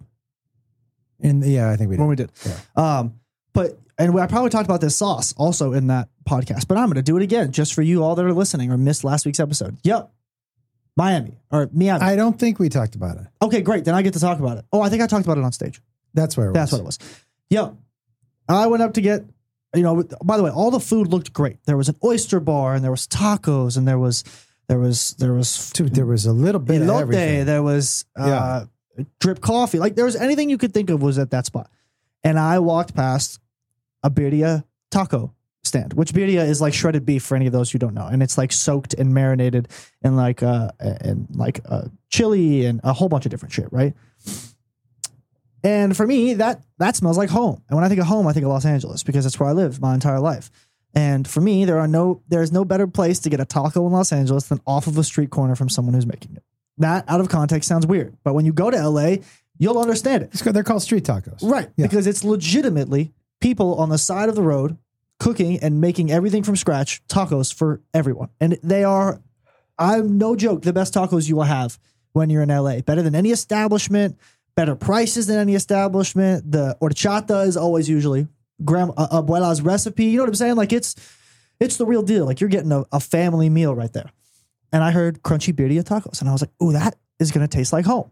Speaker 1: In the, yeah, I think we
Speaker 2: when
Speaker 1: did.
Speaker 2: we did. Um, but and we, I probably talked about this sauce also in that podcast. But I'm going to do it again just for you all that are listening or missed last week's episode. Yep, Miami or Miami.
Speaker 1: I don't think we talked about it.
Speaker 2: okay, great. Then I get to talk about it. Oh, I think I talked about it on stage.
Speaker 1: That's where it
Speaker 2: That's
Speaker 1: was.
Speaker 2: what it was. Yo, I went up to get, you know, with- by the way, all the food looked great. There was an oyster bar and there was tacos and there was, there was, there was
Speaker 1: Dude, there was a little bit of
Speaker 2: elote.
Speaker 1: everything.
Speaker 2: There was uh, drip coffee. Like there was anything you could think of was at that spot. And I walked past a birria taco stand, which birria is like shredded beef for any of those who don't know, and it's like soaked and marinated and like uh and like uh, chili and a whole bunch of different shit, right? And for me, that that smells like home. And when I think of home, I think of Los Angeles because that's where I live my entire life. And for me, there are no there is no better place to get a taco in Los Angeles than off of a street corner from someone who's making it. That out of context sounds weird, but when you go to LA, you'll understand it.
Speaker 1: It's good. They're called street tacos.
Speaker 2: Right.
Speaker 1: Yeah.
Speaker 2: Because it's legitimately people on the side of the road cooking and making everything from scratch tacos for everyone. And they are, I'm no joke, the best tacos you will have when you're in LA. Better than any establishment, better prices than any establishment. The horchata is always usually grandma, uh, abuela's recipe. You know what I'm saying? Like it's, it's the real deal. Like you're getting a, a family meal right there. And I heard crunchy birria tacos and I was like, oh, that is going to taste like home.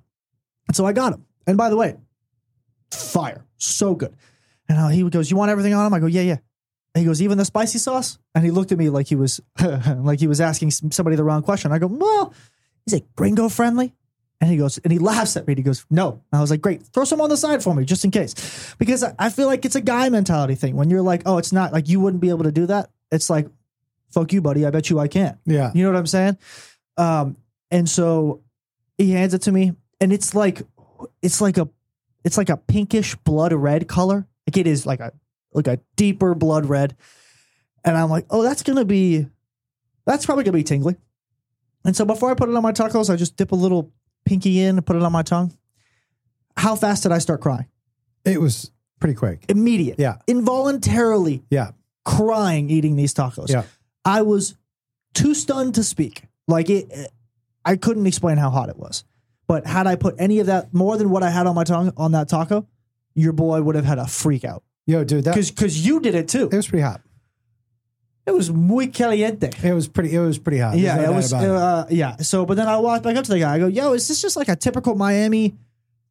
Speaker 2: And so I got them. And by the way, fire, so good. And uh, he goes, "You want everything on him?" I go, "Yeah, yeah." And he goes, "Even the spicy sauce?" And he looked at me like he was like he was asking s- somebody the wrong question. I go, "Well, he's like gringo friendly." And he goes, and he laughs at me. And he goes, "No." And I was like, "Great, throw some on the side for me, just in case," because I, I feel like it's a guy mentality thing. When you're like, "Oh, it's not like you wouldn't be able to do that," it's like, "Fuck you, buddy. I bet you I can."
Speaker 1: Yeah.
Speaker 2: You know what I'm saying? Um, and so he hands it to me, and it's like it's like a it's like a pinkish blood red color. Like it is like a like a deeper blood red. And I'm like, oh, that's gonna be that's probably gonna be tingly. And so before I put it on my tacos, I just dip a little pinky in and put it on my tongue. How fast did I start crying?
Speaker 1: It was pretty quick.
Speaker 2: Immediate.
Speaker 1: Yeah.
Speaker 2: Involuntarily
Speaker 1: Yeah.
Speaker 2: crying eating these tacos.
Speaker 1: Yeah.
Speaker 2: I was too stunned to speak. Like it, it- I couldn't explain how hot it was. But had I put any of that more than what I had on my tongue on that taco, your boy would have had a freak out
Speaker 1: Yo, dude, that
Speaker 2: because you did it too.
Speaker 1: it was pretty hot.
Speaker 2: It was muy caliente.
Speaker 1: It was pretty. It was pretty hot. There's
Speaker 2: Yeah,
Speaker 1: no
Speaker 2: it
Speaker 1: doubt
Speaker 2: was.
Speaker 1: about it.
Speaker 2: Uh, yeah. So, but then I walked back up to the guy. I go, "Yo, is this just like a typical Miami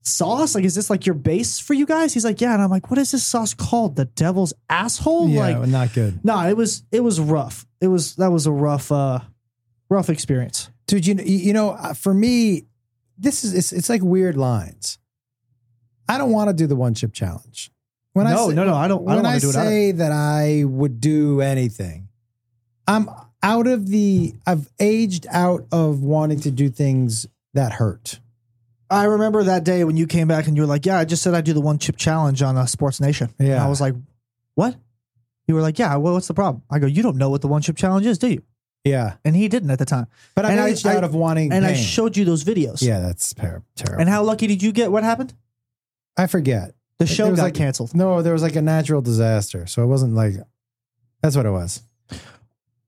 Speaker 2: sauce? Like, is this like your base for you guys?" He's like, "Yeah." And I'm like, "What is this sauce called? The devil's asshole?"
Speaker 1: yeah,
Speaker 2: like,
Speaker 1: not good,
Speaker 2: nah, it was it was rough. It was that was a rough uh rough experience.
Speaker 1: dude. You know, you know, uh, for me, this is it's, it's like weird lines. I don't want to do the one chip challenge. When
Speaker 2: no,
Speaker 1: I say,
Speaker 2: no, no, I don't. I
Speaker 1: when
Speaker 2: don't
Speaker 1: I
Speaker 2: want to do it. either.
Speaker 1: say that I would do anything, I'm out of the. I've aged out of wanting to do things that hurt.
Speaker 2: I remember that day when you came back and you were like, "Yeah, I just said I do the one chip challenge on uh, Sports Nation."
Speaker 1: Yeah.
Speaker 2: and I was like, "What?" You were like, "Yeah, well, what's the problem?" I go, "You don't know what the one chip challenge is, do you?"
Speaker 1: Yeah,
Speaker 2: And he didn't at the time.
Speaker 1: but I've
Speaker 2: And I-
Speaker 1: aged
Speaker 2: I-
Speaker 1: out of wanting.
Speaker 2: And I
Speaker 1: pain.
Speaker 2: showed you those videos.
Speaker 1: Yeah, that's ter- terrible.
Speaker 2: And how lucky did you get? What happened?
Speaker 1: I forget.
Speaker 2: The
Speaker 1: It-
Speaker 2: show
Speaker 1: it was
Speaker 2: got
Speaker 1: like-
Speaker 2: canceled.
Speaker 1: No, there was like a natural disaster, so it wasn't like. That's what it was.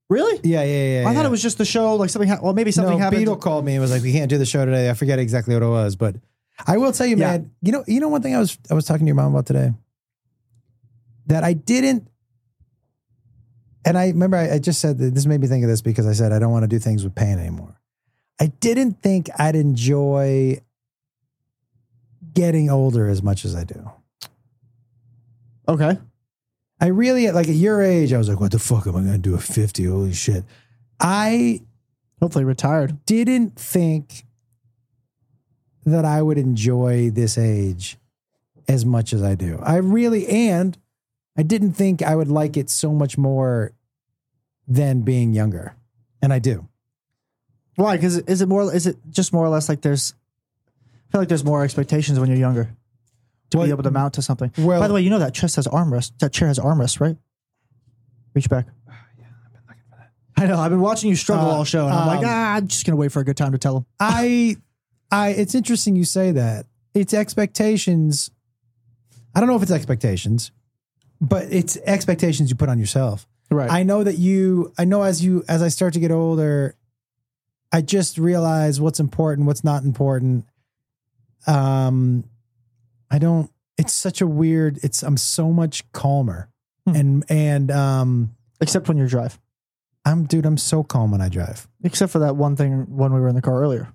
Speaker 2: Really?
Speaker 1: Yeah, yeah, yeah.
Speaker 2: I thought
Speaker 1: yeah.
Speaker 2: it was just the show. Like something. Ha- well, maybe something
Speaker 1: no,
Speaker 2: happened.
Speaker 1: Beetle called me and was like, "We can't do the show today." I forget exactly what it was, but I will tell you,
Speaker 2: Yeah.
Speaker 1: man. You know, you know, one thing I was I was talking to your mom about today that I didn't, and I remember I, I just said that this made me think of this because I said I don't want to do things with pain anymore. I didn't think I'd enjoy getting older as much as I do.
Speaker 2: Okay.
Speaker 1: I really like at your age, I was like, "What the fuck am I going to do at fifty? Holy shit!" I
Speaker 2: Hopefully retired.
Speaker 1: didn't think that I would enjoy this age as much as I do. I really, and I didn't think I would like it so much more than being younger. And I do.
Speaker 2: Why? Because is it more? Is it just more or less like there's? I feel like there's more expectations when you're younger to
Speaker 1: Well-
Speaker 2: be able to mount to something.
Speaker 1: Well,
Speaker 2: By the way, you know that chest has armrest. That chair has armrest, right? Reach back. I know. I've been watching you struggle
Speaker 1: Uh,
Speaker 2: all show, and I'm like,
Speaker 1: um,
Speaker 2: ah, I'm just gonna wait for a good time to tell him.
Speaker 1: I, I, it's interesting you say that. It's expectations. I don't know if it's expectations, but it's expectations you put on yourself.
Speaker 2: Right.
Speaker 1: I know that you I know as you as I start to get older, I just realize what's important, what's not important. Um I don't it's such a weird it's I'm so much calmer.
Speaker 2: Hmm.
Speaker 1: And and um
Speaker 2: Except when you drive.
Speaker 1: I'm dude, I'm so calm when I drive.
Speaker 2: Except for that one thing when we were in the car earlier,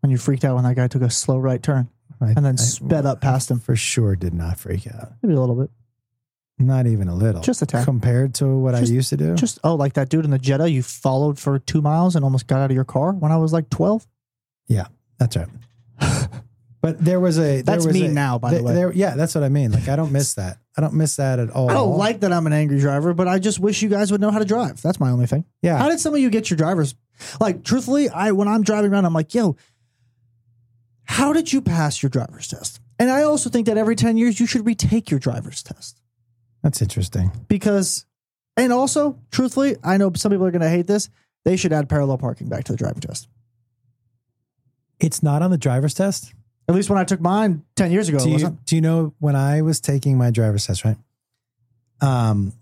Speaker 2: when you freaked out when that guy took a slow right turn
Speaker 1: I,
Speaker 2: and then
Speaker 1: I
Speaker 2: sped up past him.
Speaker 1: for sure did not freak out.
Speaker 2: Maybe a little bit.
Speaker 1: Not even a little.
Speaker 2: Just a tad.
Speaker 1: compared to what
Speaker 2: Just-
Speaker 1: I used to do.
Speaker 2: Just oh, like that dude in the Jetta you followed for two miles and almost got out of your car when I was like twelve.
Speaker 1: That's right. But there was a there
Speaker 2: That's
Speaker 1: was
Speaker 2: me
Speaker 1: a-
Speaker 2: now, by the
Speaker 1: there-
Speaker 2: way.
Speaker 1: there- yeah, that's what I mean. Like I don't miss that. I don't miss that at all.
Speaker 2: I don't like that I'm an angry driver, but I just wish you guys would know how to drive. That's my only thing.
Speaker 1: yeah.
Speaker 2: How did some of you get your drivers? Like, truthfully, I when I'm driving around, I'm like, yo, how did you pass your driver's test? And I also think that every 10 years you should retake your driver's test.
Speaker 1: That's interesting.
Speaker 2: Because and also, truthfully, I know some people are gonna hate this. They should add parallel parking back to the driving test.
Speaker 1: It's not on the driver's test.
Speaker 2: At least when I took mine 10 years ago,
Speaker 1: Do
Speaker 2: it
Speaker 1: you,
Speaker 2: wasn't.
Speaker 1: do you know when I was taking my driver's test, right? Um,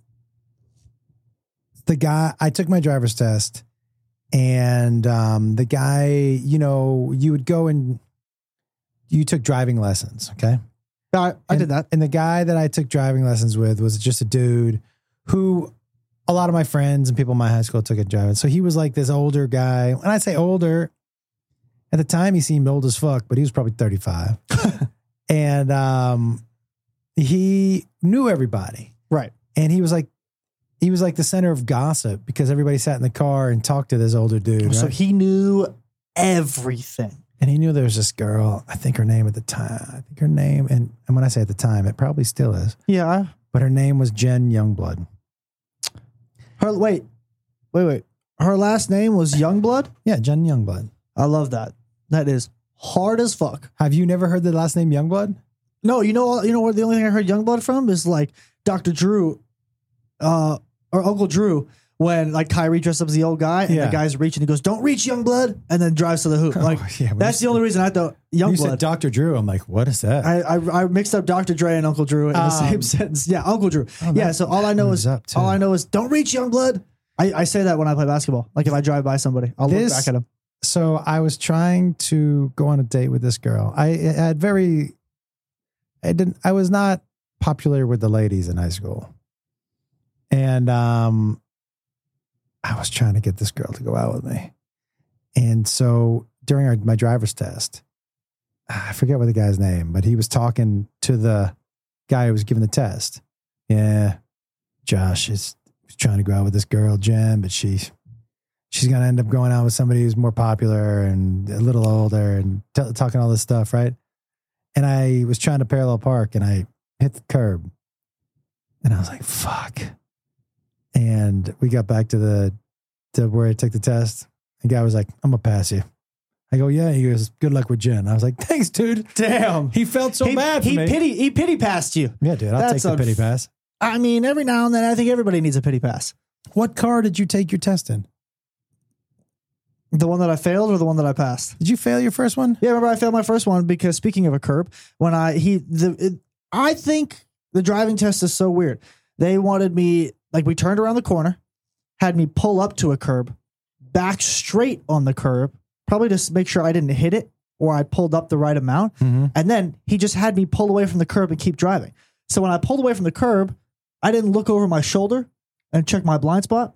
Speaker 1: the guy, I took my driver's test, and um, the guy, you know, you would go and you took driving lessons, okay?
Speaker 2: I, I did that.
Speaker 1: And the guy that I took driving lessons with was just a dude who a lot of my friends and people in my high school took a driving. So he was like this older guy. And I say older, at the time he seemed old as fuck, but he was probably 35. and um, he knew everybody.
Speaker 2: Right.
Speaker 1: And he was like, he was like the center of gossip because everybody sat in the car and talked to this older dude.
Speaker 2: Oh, So
Speaker 1: right?
Speaker 2: he knew everything.
Speaker 1: and he knew there was this girl, I think her name at the time, I think her name, and, and when I say at the time, it probably still is
Speaker 2: Yeah.
Speaker 1: but her name was Jen Youngblood.
Speaker 2: Her wait, wait, wait. Her last name was Youngblood.
Speaker 1: Yeah, Jen Youngblood.
Speaker 2: I love that. That is hard as fuck.
Speaker 1: Have you never heard the last name Youngblood?
Speaker 2: No, you know, you know what? The only thing I heard Youngblood from is like Doctor Drew, uh, or Uncle Drew. When like Kyrie dressed up as the old guy and
Speaker 1: Yeah.
Speaker 2: the guy's reaching, he goes, "Don't reach, Youngblood," and then drives to the hoop. Like
Speaker 1: Oh, yeah, when
Speaker 2: that's the only reason I thought
Speaker 1: you, you said
Speaker 2: Youngblood.
Speaker 1: Dr. Drew. I'm like, what is that?
Speaker 2: I, I I mixed up Dr. Dre and Uncle Drew in the
Speaker 1: Um,
Speaker 2: same sentence. Yeah, Uncle Drew.
Speaker 1: Oh,
Speaker 2: yeah,
Speaker 1: that-
Speaker 2: so all I know
Speaker 1: that was
Speaker 2: is
Speaker 1: up, too.
Speaker 2: all I know is don't reach, Youngblood. I, I say that when I play basketball. Like if I drive by somebody, I'll
Speaker 1: This-
Speaker 2: look back at him.
Speaker 1: so I was trying to go on a date with this girl. I, I had very, I didn't, I was not popular with the ladies in high school, and um, I was trying to get this girl to go out with me, and so during our, my driver's test, I forget what the guy's name, but he was talking to the guy who was giving the test. Yeah, Josh is trying to go out with this girl, Jen, but she's she's going to end up going out with somebody who's more popular and a little older and t- talking all this stuff, right? And I was trying to parallel park and I hit the curb and I was like, fuck. And we got back to the, to where I took the test. The guy was like, I'm going to pass you. I go, yeah. He goes, good luck with Jen. I was like, thanks, dude.
Speaker 2: Damn.
Speaker 1: He felt so
Speaker 2: he,
Speaker 1: bad for
Speaker 2: he
Speaker 1: me.
Speaker 2: pity he pity passed you.
Speaker 1: yeah, dude, I'll take
Speaker 2: That's
Speaker 1: the
Speaker 2: unf-
Speaker 1: pity pass.
Speaker 2: I mean, every now and then I think everybody needs a pity pass.
Speaker 1: What car did you take your test in?
Speaker 2: The one that I failed or the one that I passed?
Speaker 1: Did you fail your first one?
Speaker 2: Yeah, remember I failed my first one because speaking of a curb, when I he the it, I think the driving test is so weird. They wanted me like we turned around the corner had me pull up to a curb, back straight on the curb, probably just make sure I didn't hit it or I pulled up the right amount. And then he just had me pull away from the curb and keep driving. So when I pulled away from the curb, I didn't look over my shoulder and check my blind spot,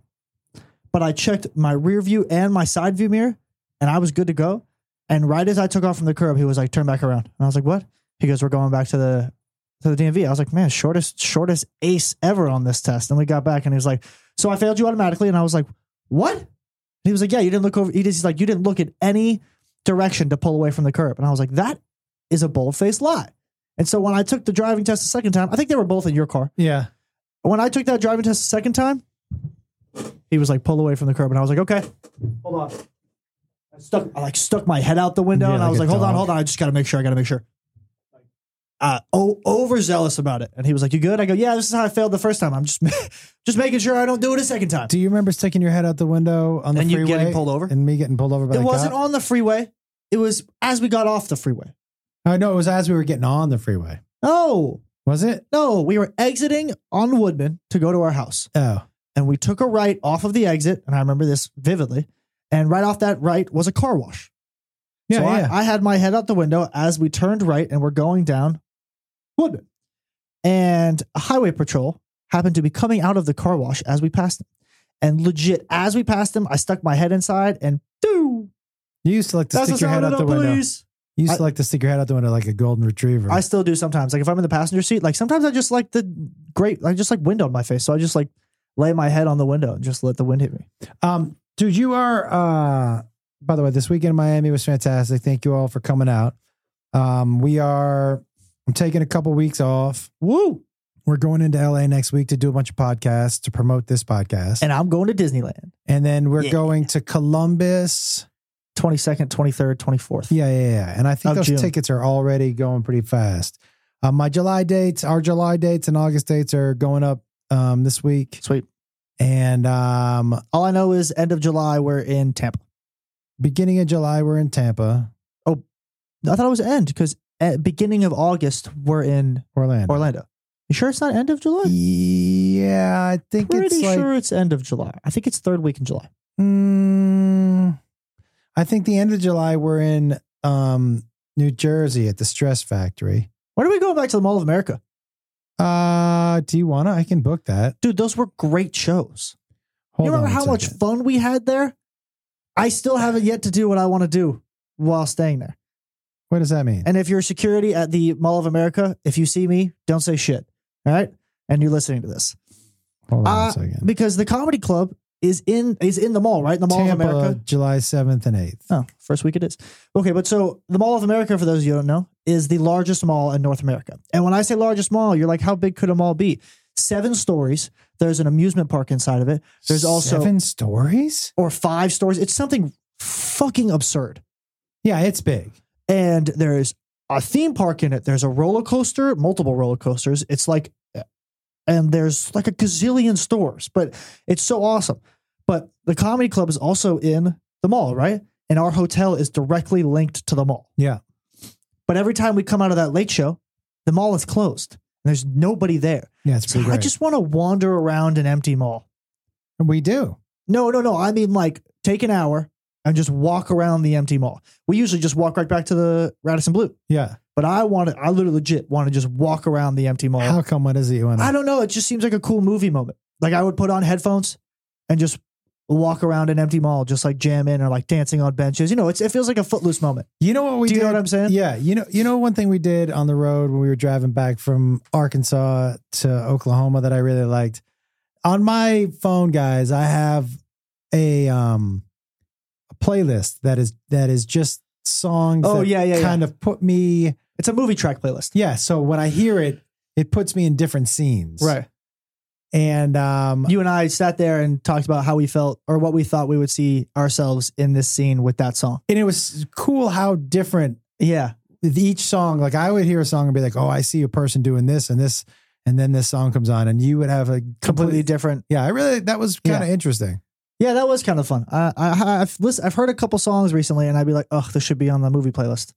Speaker 2: but I checked my rear view and my side view mirror, and I was good to go. And right as I took off from the curb, he was like, "Turn back around," and I was like, "What?" He goes, "We're going back to the to the DMV." I was like, "Man, shortest shortest ace ever on this test." And we got back, and he was like, "So I failed you automatically," and I was like, "What?" And he was like, "Yeah, you didn't look over." He just, he's like, "You didn't look in any direction to pull away from the curb," and I was like, "That is a bold faced lie." And so when I took the driving test the second time, I think they were both in your car
Speaker 1: Yeah.
Speaker 2: when I took that driving test the second time, he was like, pull away from the curb. And I was like, okay, hold on. I stuck, I like stuck my head out the window
Speaker 1: Yeah,
Speaker 2: and I
Speaker 1: like
Speaker 2: was
Speaker 1: a
Speaker 2: like, hold on,
Speaker 1: dog.
Speaker 2: hold on. I just got to make sure. I got to make sure. Uh, oh, overzealous about it. And he was like, you good? I go, yeah, this is how I failed the first time. I'm just, just making sure I don't do it a second time.
Speaker 1: Do you remember sticking your head out the window on the
Speaker 2: And you
Speaker 1: freeway
Speaker 2: getting pulled over?
Speaker 1: and me getting pulled over by
Speaker 2: It
Speaker 1: the
Speaker 2: wasn't
Speaker 1: cop?
Speaker 2: on the freeway. It was as we got off the freeway.
Speaker 1: I know it was as we were getting on the freeway.
Speaker 2: No,
Speaker 1: Was it?
Speaker 2: no, we were exiting on Woodman to go to our house.
Speaker 1: Oh,
Speaker 2: and we took a right off of the exit, and I remember this vividly. And right off that right was a car wash.
Speaker 1: yeah,
Speaker 2: so
Speaker 1: yeah.
Speaker 2: I, I had my head out the window as we turned right and we're going down Woodman. And a highway patrol happened to be coming out of the car wash as we passed them. And legit, as we passed them, I stuck my head inside and doo,
Speaker 1: you used to like to
Speaker 2: that's the
Speaker 1: stick your head
Speaker 2: sound of
Speaker 1: out
Speaker 2: the
Speaker 1: the window. You
Speaker 2: police.
Speaker 1: used
Speaker 2: I-
Speaker 1: to like to stick your head out the window like a golden retriever.
Speaker 2: I still do sometimes. Like if I'm in the passenger seat, like sometimes I just like the great, I just like wind on my face. So I just like lay my head on the window and just let the wind hit me.
Speaker 1: Um, dude, you are. Uh, by the way, this weekend in Miami was fantastic. Thank you all for coming out. Um, we are. I'm taking a couple weeks off.
Speaker 2: Woo!
Speaker 1: We're going into LA next week to do a bunch of podcasts to promote this podcast, and,
Speaker 2: And I'm going to Disneyland.
Speaker 1: then we're
Speaker 2: Yeah.
Speaker 1: going to Columbus.
Speaker 2: 22nd, 23rd, 24th.
Speaker 1: Yeah, yeah, yeah. And I think
Speaker 2: Of
Speaker 1: those
Speaker 2: June.
Speaker 1: tickets are already going pretty fast. Uh, my July dates, our July dates, and August dates are going up um, this week,
Speaker 2: Sweet.
Speaker 1: and um,
Speaker 2: All I know is end of July, we're in Tampa.
Speaker 1: beginning of July we're in Tampa,
Speaker 2: I thought it was end because at beginning of August, we're in
Speaker 1: Orlando.
Speaker 2: Orlando. You sure it's not end of July?
Speaker 1: Yeah, I think
Speaker 2: Pretty
Speaker 1: it's like.
Speaker 2: sure it's end of July. I think it's third week in July.
Speaker 1: Mm, I think the end of July we're in um, New Jersey at the Stress Factory.
Speaker 2: When are we going back to the Mall of America?
Speaker 1: Uh, do you wanna? I can book that.
Speaker 2: Dude, those were great shows.
Speaker 1: Hold
Speaker 2: you remember
Speaker 1: on
Speaker 2: how
Speaker 1: a
Speaker 2: much
Speaker 1: second.
Speaker 2: fun we had there? I still haven't yet to do what I want to do while staying there.
Speaker 1: What does that mean?
Speaker 2: And if you're security at the Mall of America, if you see me, don't say shit. All right. And you're listening to this.
Speaker 1: Hold on
Speaker 2: uh,
Speaker 1: a second.
Speaker 2: because the comedy club is in is in the mall, right? The Mall
Speaker 1: Tampa,
Speaker 2: of America.
Speaker 1: July seventh and eighth.
Speaker 2: Oh, first week it is. Okay, but so the Mall of America, for those of you who don't know, is the largest mall in North America. And when I say largest mall, you're like, how big could a mall be? Seven stories. There's an amusement park inside of it, There's also-
Speaker 1: seven stories.
Speaker 2: or five stories. It's something fucking absurd.
Speaker 1: Yeah, it's big.
Speaker 2: and there's a theme park in it. There's a roller coaster, multiple roller coasters. It's like, and there's like a gazillion stores, but it's so awesome. But the comedy club is also in the mall, right? And our hotel is directly linked to the mall.
Speaker 1: Yeah.
Speaker 2: But every time we come out of that late show, the mall is closed. And there's nobody there.
Speaker 1: Yeah, it's
Speaker 2: So
Speaker 1: pretty
Speaker 2: I
Speaker 1: great.
Speaker 2: just want to wander around an empty mall.
Speaker 1: we do.
Speaker 2: No, no, no. I mean, like, take an hour and just walk around the empty mall. We usually just walk right back to the Radisson Blue.
Speaker 1: Yeah.
Speaker 2: But I want to, I literally legit want to just walk around the empty mall.
Speaker 1: How come? What is it you want?
Speaker 2: I
Speaker 1: to
Speaker 2: don't know. It just seems like a cool movie moment. Like I would put on headphones and just walk around an empty mall, just like jam in or like dancing on benches. You know, it's, it feels like a footloose moment.
Speaker 1: You know what we
Speaker 2: Do you
Speaker 1: did?
Speaker 2: know what I'm saying?
Speaker 1: Yeah, you know, you know, one thing we did on the road when we were driving back from Arkansas to Oklahoma that I really liked. On my phone, guys, I have a um a playlist that is that is just songs.
Speaker 2: Oh,
Speaker 1: that
Speaker 2: yeah, yeah, yeah.
Speaker 1: kind of put me.
Speaker 2: It's a movie track playlist.
Speaker 1: Yeah, so when I hear it, it puts me in different scenes. and um,
Speaker 2: You and I sat there and talked about how we felt or what we thought we would see ourselves in this scene with that song.
Speaker 1: and it was cool how different
Speaker 2: Yeah.
Speaker 1: with each song, like I would hear a song and be like, "Oh, I see a person doing this and this," and then this song comes on, and you would have a
Speaker 2: Completely
Speaker 1: completely.
Speaker 2: different.
Speaker 1: yeah, I really that was kind of interesting.
Speaker 2: Yeah, that was kind of fun. I, I, I've, listen, I've heard a couple songs recently and I'd be like, oh, this should be on the movie playlist.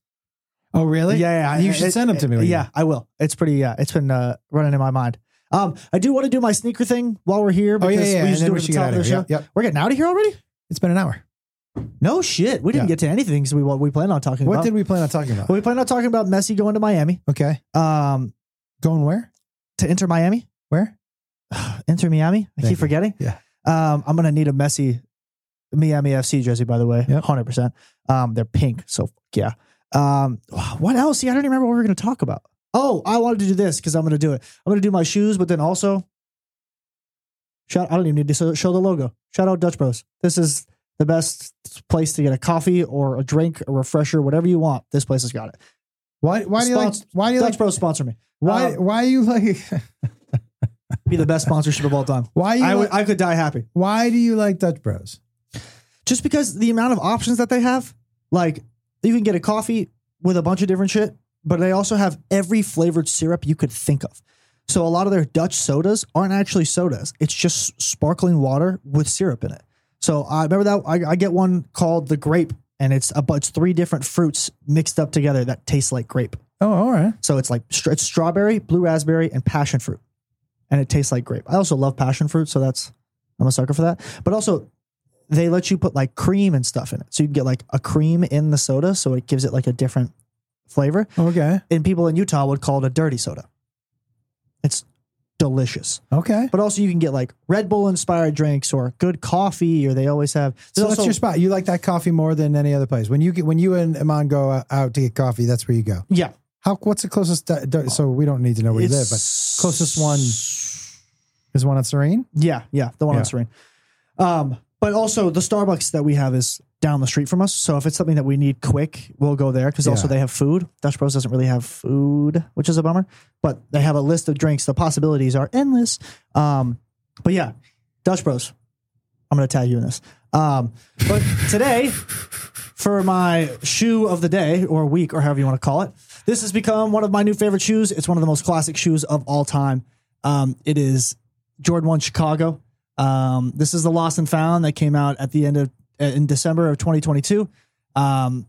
Speaker 1: Oh, really?
Speaker 2: yeah, yeah,
Speaker 1: You should send 'em to me when you-
Speaker 2: Yeah, I will. It's pretty. Yeah, it's been uh, running in my mind. Um, I do want to do my sneaker thing while we're here
Speaker 1: Oh
Speaker 2: because
Speaker 1: yeah, yeah. And
Speaker 2: we just
Speaker 1: then
Speaker 2: do
Speaker 1: we
Speaker 2: it at
Speaker 1: should
Speaker 2: the
Speaker 1: get
Speaker 2: top
Speaker 1: out
Speaker 2: of
Speaker 1: of
Speaker 2: the
Speaker 1: here.
Speaker 2: show.
Speaker 1: Yep, yep.
Speaker 2: We're getting out of here already?
Speaker 1: It's been an hour.
Speaker 2: No shit. We didn't
Speaker 1: Yeah.
Speaker 2: get to anything because we what we planned on talking
Speaker 1: What
Speaker 2: about.
Speaker 1: did we plan on talking about?
Speaker 2: Well, we planned on talking about Messi going to Miami.
Speaker 1: Okay,
Speaker 2: Um,
Speaker 1: going where?
Speaker 2: to enter Miami.
Speaker 1: Where?
Speaker 2: Enter Miami. I
Speaker 1: Thank you.
Speaker 2: keep forgetting.
Speaker 1: Yeah.
Speaker 2: Um, I'm gonna need a Messi Miami FC jersey, by the way.
Speaker 1: Yep.
Speaker 2: Hundred percent. Um, they're pink, so fuck yeah. Um, what else? See, I don't even remember what we were gonna talk about. Oh, I wanted to do this because I'm gonna do it. I'm gonna do my shoes, but then also shout. I don't even need to so- show the logo. Shout out Dutch Bros. This is the best place to get a coffee or a drink, a refresher, whatever you want. This place has got it.
Speaker 1: Why? Why do you like?
Speaker 2: Spons-
Speaker 1: Why do you
Speaker 2: Dutch
Speaker 1: like?
Speaker 2: Bros sponsor me.
Speaker 1: Why?
Speaker 2: uh,
Speaker 1: Why you like?
Speaker 2: Be the best sponsorship of all time.
Speaker 1: Why you?
Speaker 2: I
Speaker 1: like,
Speaker 2: would. I could die happy.
Speaker 1: why do you like Dutch Bros?
Speaker 2: just because the amount of options that they have, like you can get a coffee with a bunch of different shit, but they also have every flavored syrup you could think of. So a lot of their Dutch sodas aren't actually sodas; it's just sparkling water with syrup in it. So I remember that I, I get one called the grape, and it's a bunch three different fruits mixed up together that taste like grape.
Speaker 1: Oh, all right.
Speaker 2: So it's like str- it's strawberry, blue raspberry, and passion fruit, and it tastes like grape. I also love passion fruit, so that's I'm a sucker for that. But also, they let you put like cream and stuff in it, so you can get like a cream in the soda, so it gives it like a different flavor.
Speaker 1: Okay.
Speaker 2: And people in Utah would call it a dirty soda. It's delicious.
Speaker 1: Okay.
Speaker 2: But also, you can get like Red Bull inspired drinks or good coffee, or they always have.
Speaker 1: So
Speaker 2: there's
Speaker 1: that's your
Speaker 2: also-
Speaker 1: spot. You like that coffee more than any other place. When you get when you and Iman go out to get coffee, that's where you go.
Speaker 2: yeah.
Speaker 1: How? What's the closest? du- du- So we don't need to know where you live, but closest one- is one on Serene?
Speaker 2: Yeah, yeah, the one
Speaker 1: Yeah.
Speaker 2: on Serene. Um, but also the Starbucks that we have is down the street from us. So if it's something that we need quick, we'll go there because also
Speaker 1: Yeah.
Speaker 2: they have food. Dutch Bros doesn't really have food, which is a bummer. But they have a list of drinks. The possibilities are endless. Um, but yeah, Dutch Bros. I'm gonna tag you in this. Um, but today, for my shoe of the day or week or however you want to call it, this has become one of my new favorite shoes. It's one of the most classic shoes of all time. Um, it is Jordan One Chicago. Um, this is the Lost and Found that came out at the end of uh, in December of 2022. Um,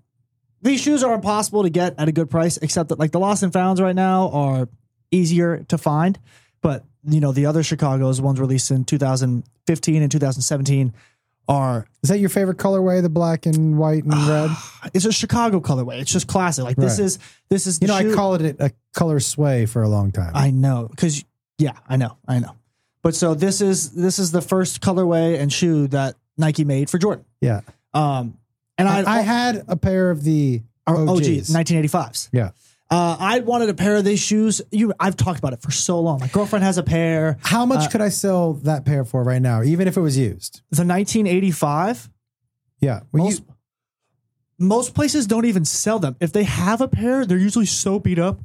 Speaker 2: these shoes are impossible to get at a good price, except that like the Lost and Founds right now are easier to find. But you know the other Chicago's ones released in 2015 and 2017 are
Speaker 1: Is that your favorite colorway? The black and white and red.
Speaker 2: it's a Chicago colorway. It's just classic. Like this
Speaker 1: Right.
Speaker 2: is this is
Speaker 1: You know, I
Speaker 2: shoe-
Speaker 1: called it a color sway for a long time.
Speaker 2: I know because yeah, I know, I know. But so this is this is the first colorway and shoe that Nike made for Jordan.
Speaker 1: yeah,
Speaker 2: Um, and I, Oh,
Speaker 1: I, I had a pair of the OGs.
Speaker 2: 1985s.
Speaker 1: Yeah.
Speaker 2: Uh, I wanted a pair of these shoes. You, I've talked about it for so long. My girlfriend has a pair.
Speaker 1: How much
Speaker 2: Uh,
Speaker 1: could I sell that pair for right now, even if it was used?
Speaker 2: The 1985.
Speaker 1: Yeah, Well, you-
Speaker 2: Most, most places don't even sell them. If they have a pair, they're usually so beat up,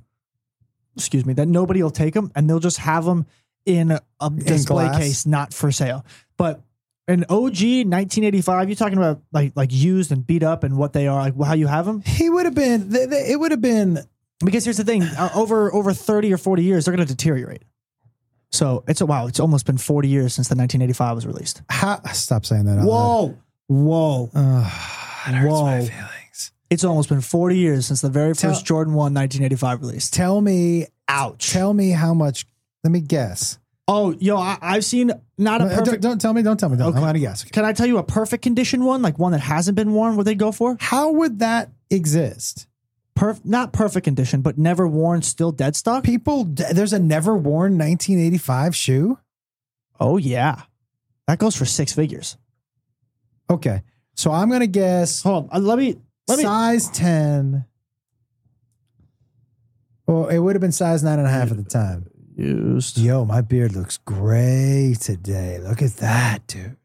Speaker 2: excuse me, that nobody will take them and they'll just have them in a display
Speaker 1: glass.
Speaker 2: case, not for sale. But an OG 1985, you're talking about like like used and beat up and what they are, like how you have them.
Speaker 1: he would have been. Th- th- it would have been.
Speaker 2: Because here's the thing: uh, over over 30 or 40 years, they're going to deteriorate. So it's a wow. It's almost been 40 years since the 1985 was released.
Speaker 1: Ha- Stop saying that. out loud.
Speaker 2: Whoa, whoa!
Speaker 1: Ugh, it hurts my
Speaker 2: Whoa.
Speaker 1: feelings.
Speaker 2: It's almost been 40 years since the very
Speaker 1: Tell-
Speaker 2: first Jordan 1 1985 release.
Speaker 1: Tell me.
Speaker 2: Ouch.
Speaker 1: Tell me how much. Let me guess.
Speaker 2: oh, yo, I, I've seen not a
Speaker 1: No, don't,
Speaker 2: perfect.
Speaker 1: don't tell me. Don't tell me. Don't.
Speaker 2: Okay.
Speaker 1: I'm gonna guess.
Speaker 2: Can I tell you a perfect condition one, like one that hasn't been worn? What they go for?
Speaker 1: How would that exist?
Speaker 2: Perf, not perfect condition, but never worn, still dead stock.
Speaker 1: People, there's a never worn 1985 shoe.
Speaker 2: Oh yeah, that goes for six figures.
Speaker 1: Okay, so I'm gonna guess
Speaker 2: Hold on, uh, let me let me.
Speaker 1: size 10. Well, it would have been size nine and a half at the time.
Speaker 2: Used.
Speaker 1: Yo, my beard looks great today. Look at that, dude.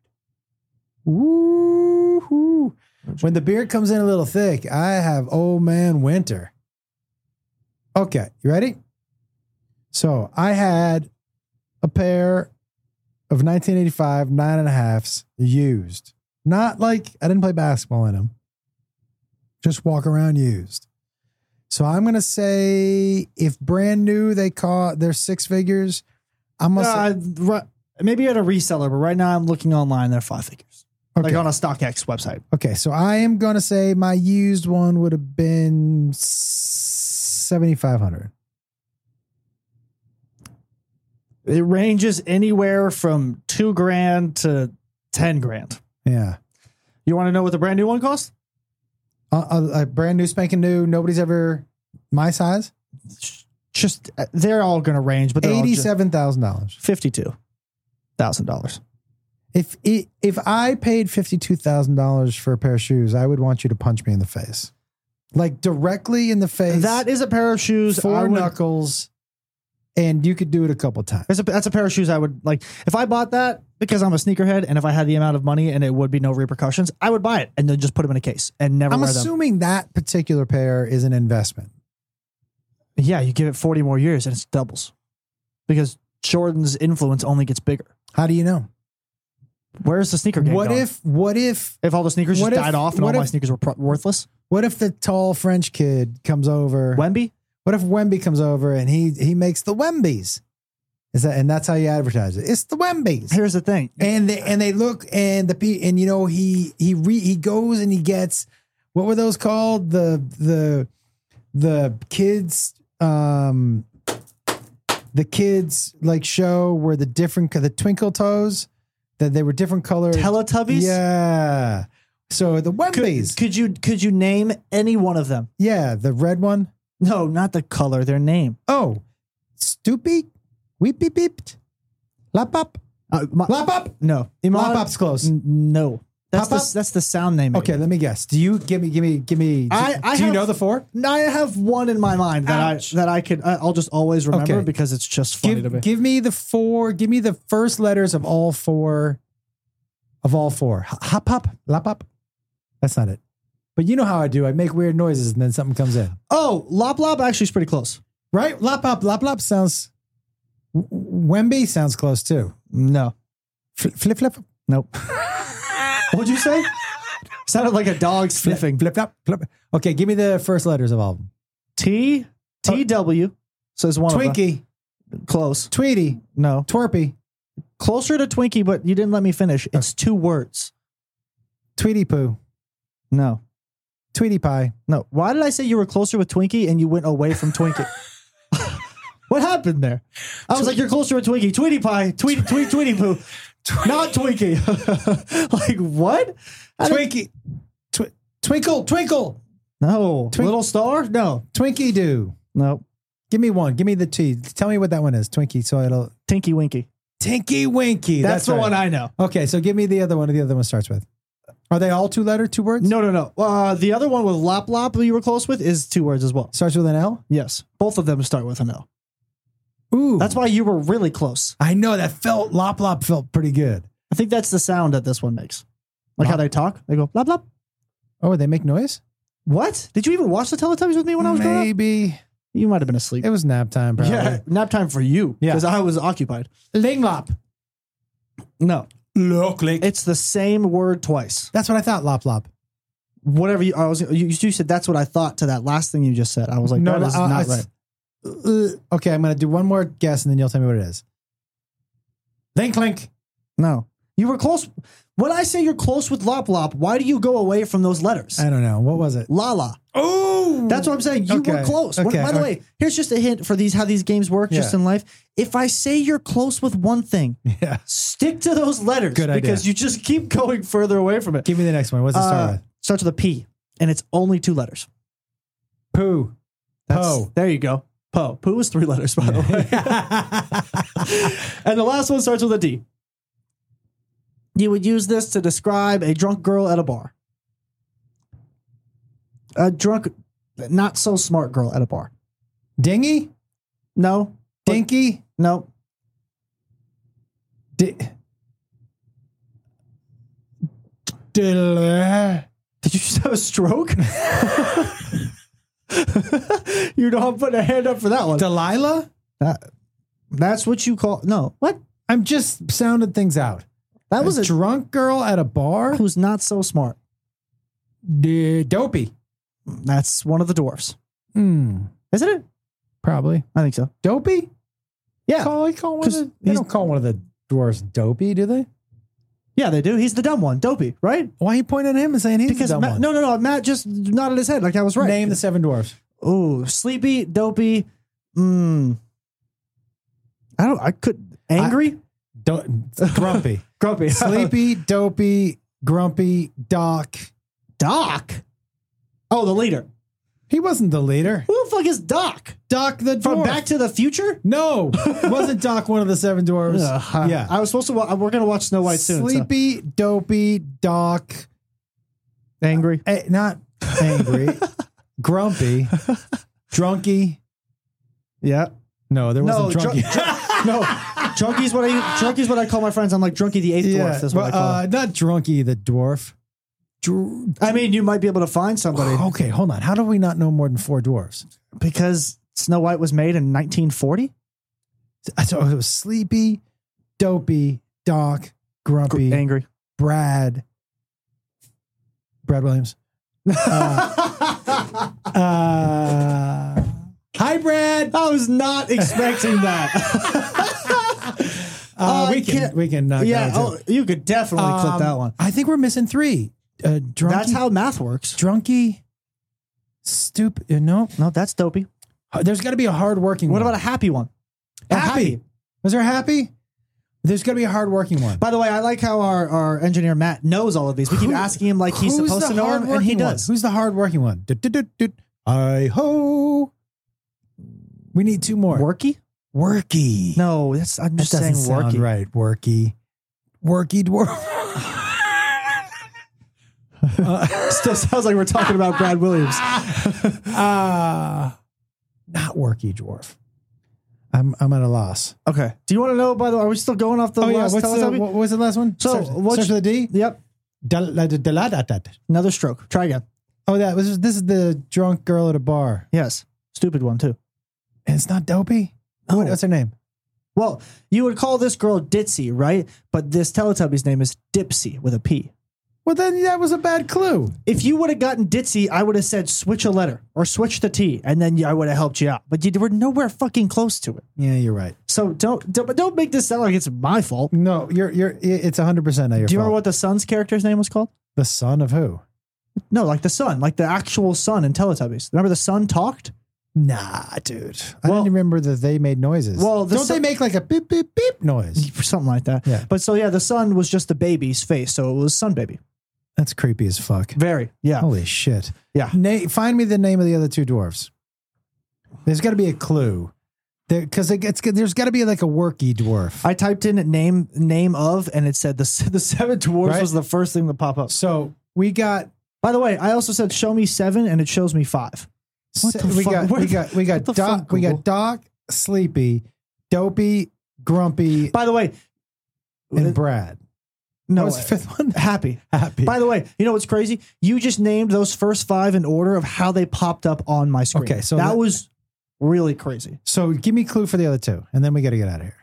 Speaker 1: Woo! When the beard comes in a little thick, I have old man winter. Okay, you ready? So I had a pair of 1985 nine and a halfs used. Not like I didn't play basketball in them, just walk around used. So I'm gonna say if brand new they caught their six figures, I'm gonna
Speaker 2: Uh, ri- maybe at a reseller, but right now I'm looking online. They're five figures,
Speaker 1: say, okay.
Speaker 2: like on a StockX website.
Speaker 1: okay, so I am gonna say my used one would have been seventy five hundred.
Speaker 2: It ranges anywhere from two grand to ten grand.
Speaker 1: Yeah.
Speaker 2: You want to know what the brand new one costs?
Speaker 1: A, a, a Uh, brand new spanking new. Nobody's ever my size.
Speaker 2: Just uh, they're all going to range, but they're all just
Speaker 1: Eighty-seven thousand dollars.
Speaker 2: fifty-two thousand dollars.
Speaker 1: If it, if I paid fifty-two thousand dollars for a pair of shoes, I would want you to punch me in the face, like directly in the face.
Speaker 2: That is a pair of shoes. I
Speaker 1: four
Speaker 2: would-
Speaker 1: knuckles, and you could do it a couple times.
Speaker 2: That's a, that's a pair of shoes I would like. If I bought that because I'm a sneakerhead and if I had the amount of money and it would be no repercussions, I would buy it and then just put them in a case and never
Speaker 1: I'm
Speaker 2: wear them.
Speaker 1: assuming that particular pair is an investment.
Speaker 2: Yeah, you give it 40 more years and it's doubles because Jordan's influence only gets bigger.
Speaker 1: How do you know?
Speaker 2: Where's the sneaker game?
Speaker 1: what
Speaker 2: going?
Speaker 1: if what if
Speaker 2: if all the sneakers just
Speaker 1: what if-
Speaker 2: died off and all
Speaker 1: what
Speaker 2: my
Speaker 1: if-
Speaker 2: sneakers were pro- worthless?
Speaker 1: what if the tall French kid comes over?
Speaker 2: Wemby?
Speaker 1: What if Wemby comes over and he he makes the Wembys? Is that and that's how you advertise it? It's the Wembys.
Speaker 2: Here's the thing.
Speaker 1: and they and they look and the pe- and you know he he re, he goes and he gets what were those called the the the kids um the kids like show where the different the twinkle toes that they were different colors
Speaker 2: Teletubbies?
Speaker 1: yeah so the
Speaker 2: Could,
Speaker 1: Wembeys
Speaker 2: could you could you name any one of them?
Speaker 1: yeah the red one
Speaker 2: No, not the color, their name.
Speaker 1: oh stoopy weepy beeped lap up
Speaker 2: Uh, my-
Speaker 1: lap up
Speaker 2: no. Iman-
Speaker 1: lap up's close
Speaker 2: N- No. That's
Speaker 1: Pop
Speaker 2: the,
Speaker 1: up?
Speaker 2: that's the sound name.
Speaker 1: okay let me guess do you give me give me give me do,
Speaker 2: I- I
Speaker 1: do you
Speaker 2: have-
Speaker 1: know the four
Speaker 2: I have one in my mind that
Speaker 1: Ouch.
Speaker 2: I that I could I- I'll just always remember
Speaker 1: Okay.
Speaker 2: because it's just funny to me.
Speaker 1: give, give me the four. Give me the first letters of all four. Of all four, H- hop hop lap up. That's not it. But you know how I do. I make weird noises and then something comes in.
Speaker 2: oh, Lop Lop actually is pretty close.
Speaker 1: Right? Lap up lap lap sounds. W- Wemby sounds close too.
Speaker 2: No,
Speaker 1: Fl- Flip flip
Speaker 2: nope. What'd you say? Sounded like a dog
Speaker 1: flipping
Speaker 2: sniffing.
Speaker 1: flip flip flip. Okay, give me the first letters of all of them.
Speaker 2: T T W says one of
Speaker 1: Twinkie,
Speaker 2: them. Close.
Speaker 1: Tweety,
Speaker 2: No,
Speaker 1: Twerpy,
Speaker 2: closer to Twinkie, but you didn't let me finish. It's two words.
Speaker 1: Tweety Poo,
Speaker 2: No,
Speaker 1: Tweety Pie.
Speaker 2: no. Why did I say you were closer with Twinkie and you went away from Twinkie? what happened there? I was like, you're closer with Twinkie, Tweety Pie, Tweet Tweet Tweety Poo, not Twinkie. like what? I don't-
Speaker 1: Twinkie, tw- Twinkle Twinkle,
Speaker 2: No,
Speaker 1: Twink-
Speaker 2: Little Star. No,
Speaker 1: Twinkie Doo.
Speaker 2: no.
Speaker 1: Give me one. Give me the T. Tell me what that one is. Twinkie. So it'll
Speaker 2: Tinky Winky.
Speaker 1: Tinky Winky.
Speaker 2: That's, the one I know.
Speaker 1: I. Okay. So give me the other one. The other one starts with. Are they all two letter, two words?
Speaker 2: No, no, no. Uh, the other one with Lop Lop that you were close with is two words as well.
Speaker 1: Starts with an L.
Speaker 2: Yes, both of them start with an L.
Speaker 1: Ooh.
Speaker 2: That's why you were really close.
Speaker 1: I know that felt lop lop felt pretty good.
Speaker 2: I think that's the sound that this one makes. Like how they talk, they go lop lop.
Speaker 1: Oh, they make noise.
Speaker 2: What? Did you even watch the Teletubbies with me when I was growing up?
Speaker 1: Maybe
Speaker 2: You might have been asleep.
Speaker 1: it was nap time. Probably.
Speaker 2: Yeah, nap time for you.
Speaker 1: Yeah.
Speaker 2: because I was occupied.
Speaker 1: Ling lop.
Speaker 2: No,
Speaker 1: Look like.
Speaker 2: it's the same word twice.
Speaker 1: That's what I thought. Lop lop.
Speaker 2: Whatever you, I was, you, you said that's what I thought to that last thing you just said. I was like, no, that is
Speaker 1: uh,
Speaker 2: not
Speaker 1: it's-
Speaker 2: right.
Speaker 1: Uh, okay, I'm gonna do one more guess and then you'll tell me what it is. Link link.
Speaker 2: No, you were close. When I say you're close with lop lop, why do you go away from those letters?
Speaker 1: I don't know what was it.
Speaker 2: La la.
Speaker 1: Oh,
Speaker 2: That's what I'm saying. You were
Speaker 1: Okay.
Speaker 2: close. What-
Speaker 1: Okay.
Speaker 2: By the
Speaker 1: Okay.
Speaker 2: way, here's just a hint for these how these games work just
Speaker 1: Yeah.
Speaker 2: in life. If I say you're close with one thing,
Speaker 1: Yeah.
Speaker 2: stick to those letters
Speaker 1: Good idea.
Speaker 2: because you just keep going further away from it.
Speaker 1: Give me the next one. What's it start
Speaker 2: Uh,
Speaker 1: with?
Speaker 2: starts with a P, and it's only two letters.
Speaker 1: Poo. Poe.
Speaker 2: There you go. Po. Poo is three letters, by the way. and the last one starts with a D. You would use this to describe a drunk girl at a bar. A drunk, not so smart girl at a bar.
Speaker 1: Dingy?
Speaker 2: No,
Speaker 1: Dinky?
Speaker 2: no,
Speaker 1: Di- Diddle-
Speaker 2: Did you just have a stroke? you know, I'm putting a hand up for that one.
Speaker 1: Delilah?
Speaker 2: That- that's what you call no. What?
Speaker 1: I'm just sounding things out.
Speaker 2: That was a
Speaker 1: drunk girl at a bar?
Speaker 2: who's not so smart.
Speaker 1: D- dopey.
Speaker 2: That's one of the dwarfs,
Speaker 1: Hmm.
Speaker 2: isn't it?
Speaker 1: probably.
Speaker 2: I think so.
Speaker 1: Dopey?
Speaker 2: Yeah,
Speaker 1: Call, you call one of
Speaker 2: 'Cause
Speaker 1: the, they
Speaker 2: he's-
Speaker 1: don't call one of the dwarves dopey, do they?
Speaker 2: yeah, they do. He's the dumb one, dopey, right?
Speaker 1: Why are you pointing at him and saying he's
Speaker 2: Because
Speaker 1: the dumb
Speaker 2: Matt,
Speaker 1: one?
Speaker 2: no, no, no. Matt just nodded his head like I was right.
Speaker 1: Name the seven dwarves.
Speaker 2: Oh, sleepy, dopey. Mm. I don't. I could. Angry?
Speaker 1: Do- grumpy,
Speaker 2: Grumpy.
Speaker 1: sleepy, dopey, grumpy, doc.
Speaker 2: Doc. Oh, the leader.
Speaker 1: He wasn't the leader.
Speaker 2: Who the fuck is Doc?
Speaker 1: Doc the dwarf.
Speaker 2: From Back to the Future?
Speaker 1: no, wasn't Doc one of the seven dwarves?
Speaker 2: Ugh.
Speaker 1: yeah.
Speaker 2: I was supposed to. Wa- we're gonna watch Snow White soon. so-
Speaker 1: Sleepy, dopey, doc,
Speaker 2: Angry.
Speaker 1: eh, not angry, grumpy, drunky.
Speaker 2: Yeah.
Speaker 1: No, there
Speaker 2: No,
Speaker 1: wasn't
Speaker 2: drunk.
Speaker 1: drunky.
Speaker 2: no. Drunky's what I. Drunky's what I call my friends. I'm like drunky the eighth dwarf. That's what I
Speaker 1: but,
Speaker 2: call. him.
Speaker 1: uh, not drunky the dwarf. Dr-
Speaker 2: I mean, you might be able to find somebody
Speaker 1: okay, hold on. How do we not know more than four dwarves?
Speaker 2: because Snow White was made in 1940.
Speaker 1: I thought it was sleepy, dopey, doc,
Speaker 2: Gr-
Speaker 1: grumpy,
Speaker 2: Angry.
Speaker 1: Brad, Brad Williams. Uh, hi, Brad.
Speaker 2: I was not expecting that.
Speaker 1: Uh,
Speaker 2: I
Speaker 1: we can
Speaker 2: can't-
Speaker 1: we can knock
Speaker 2: yeah,
Speaker 1: that out, too.
Speaker 2: oh, you could definitely clip
Speaker 1: Um,
Speaker 2: that one.
Speaker 1: I think we're missing three. Uh, drunky,
Speaker 2: That's how math works.
Speaker 1: drunky, stupid. You know,
Speaker 2: No, that's dopey.
Speaker 1: there's got to be a hardworking.
Speaker 2: What
Speaker 1: one.
Speaker 2: about a happy one?
Speaker 1: A Was there a happy? There's got to be a hardworking one.
Speaker 2: By the way, I like how our, our engineer Matt knows all of these. We keep
Speaker 1: Who-
Speaker 2: asking him like he's
Speaker 1: Who's
Speaker 2: supposed
Speaker 1: the
Speaker 2: to know them, and he
Speaker 1: hardworking one?
Speaker 2: does.
Speaker 1: Who's the hardworking one? Du- du- du- du- I ho. We need two more.
Speaker 2: Worky?
Speaker 1: worky.
Speaker 2: No, that's I'm
Speaker 1: that
Speaker 2: just saying
Speaker 1: doesn't sound
Speaker 2: worky.
Speaker 1: right. Worky, worky dwarf. uh,
Speaker 2: Still sounds like we're talking about Brad Williams.
Speaker 1: Ah. uh, not worky dwarf. I'm I'm at a loss.
Speaker 2: Okay. Do you want to know? By the way, are we still going off the
Speaker 1: oh yeah,
Speaker 2: last
Speaker 1: what's the,
Speaker 2: Teletubby?
Speaker 1: what was the last one?
Speaker 2: So,
Speaker 1: search,
Speaker 2: what's-
Speaker 1: search for the D.
Speaker 2: Yep.
Speaker 1: Da- la- da- da- la- da- da- da.
Speaker 2: Another stroke. Try again.
Speaker 1: Oh, that was this is the drunk girl at a bar.
Speaker 2: Yes. Stupid one too.
Speaker 1: And it's not dopey. What-
Speaker 2: No.
Speaker 1: What's her name?
Speaker 2: Well, you would call this girl Ditsy, right? But this Teletubby's name is Dipsy with a P.
Speaker 1: Well, then that was a bad clue.
Speaker 2: If you would have gotten Ditsy, I would have said switch a letter or switch the T, and then I would have helped you out. But you were nowhere fucking close to it.
Speaker 1: Yeah, you're right.
Speaker 2: So don't don't, but don't make this sound like it's my fault.
Speaker 1: No, you're you're. It's hundred percent not your
Speaker 2: Do you
Speaker 1: fault.
Speaker 2: remember what the son's character's name was called?
Speaker 1: the son of who?
Speaker 2: No, like the son, like the actual son in Teletubbies. Remember the son talked?
Speaker 1: Nah, dude. I
Speaker 2: Well-
Speaker 1: don't even remember that they made noises.
Speaker 2: Well, the
Speaker 1: don't
Speaker 2: son-
Speaker 1: they make like a beep beep beep noise?
Speaker 2: Something like that.
Speaker 1: Yeah.
Speaker 2: But so yeah, the son was just the baby's face, so it was son baby.
Speaker 1: That's creepy as fuck.
Speaker 2: Very. Yeah.
Speaker 1: Holy shit.
Speaker 2: Yeah.
Speaker 1: Na- find me the name of the other two dwarves. There's got to be a clue. Because it gets, there's got to be like a worky dwarf.
Speaker 2: I typed in name name of, and it said the s- the seven dwarves
Speaker 1: Right?
Speaker 2: was the first thing to pop up.
Speaker 1: so we got,
Speaker 2: By the way, I also said show me seven, and it shows me five. What the
Speaker 1: we,
Speaker 2: fuck?
Speaker 1: got
Speaker 2: What
Speaker 1: we
Speaker 2: the-
Speaker 1: got we got
Speaker 2: what the
Speaker 1: doc
Speaker 2: fuck,
Speaker 1: we
Speaker 2: Google?
Speaker 1: got doc sleepy dopey grumpy
Speaker 2: By the way, uh,
Speaker 1: and Brad.
Speaker 2: no,
Speaker 1: that was the fifth one.
Speaker 2: happy.
Speaker 1: Happy.
Speaker 2: By the way, you know what's crazy? You just named those first five in order of how they popped up on my screen.
Speaker 1: Okay, so
Speaker 2: that,
Speaker 1: that-
Speaker 2: was really crazy.
Speaker 1: so give me clue for the other two, and then we got to get out of here.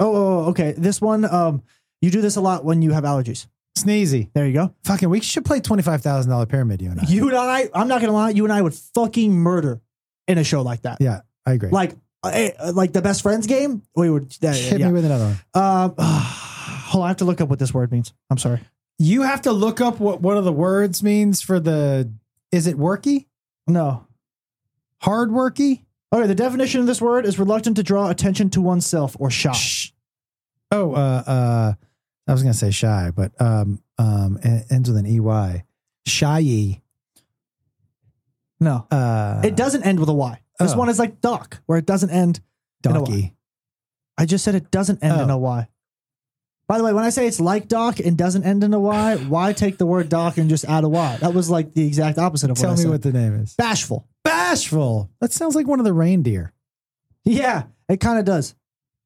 Speaker 2: Oh, oh, oh, okay. This one, um, you do this a lot when you have allergies.
Speaker 1: Sneezy.
Speaker 2: There you go.
Speaker 1: Fucking, we should play twenty five thousand dollar pyramid. You and I.
Speaker 2: You and I, I'm not gonna lie, you and I would fucking murder in a show like that.
Speaker 1: yeah, I agree.
Speaker 2: Like, eh, eh, like the best friends game. We would. Yeah, yeah,
Speaker 1: Hit
Speaker 2: yeah.
Speaker 1: me with another one.
Speaker 2: Um, hold on, I have to look up what this word means. I'm sorry.
Speaker 1: You have to look up what one of the words means for the. Is it worky?
Speaker 2: No.
Speaker 1: Hard worky?
Speaker 2: Okay, the definition of this word is reluctant to draw attention to oneself or shock.
Speaker 1: Shh. Oh, uh, uh, I was gonna say shy, but um, um, it ends with an ey. Shyy.
Speaker 2: No.
Speaker 1: Uh,
Speaker 2: It doesn't end with a Y. This
Speaker 1: Oh.
Speaker 2: one is like doc, where it doesn't end. in a Y.
Speaker 1: donkey.
Speaker 2: I just said it doesn't end in
Speaker 1: Oh.
Speaker 2: a Y. By the way, when I say it's like doc and doesn't end in a Y, why take the word doc and just add a Y? That was like the exact opposite of what
Speaker 1: Tell
Speaker 2: I
Speaker 1: me
Speaker 2: said.
Speaker 1: what the name is.
Speaker 2: Bashful.
Speaker 1: Bashful. That sounds like one of the reindeer.
Speaker 2: Yeah, it kind of does.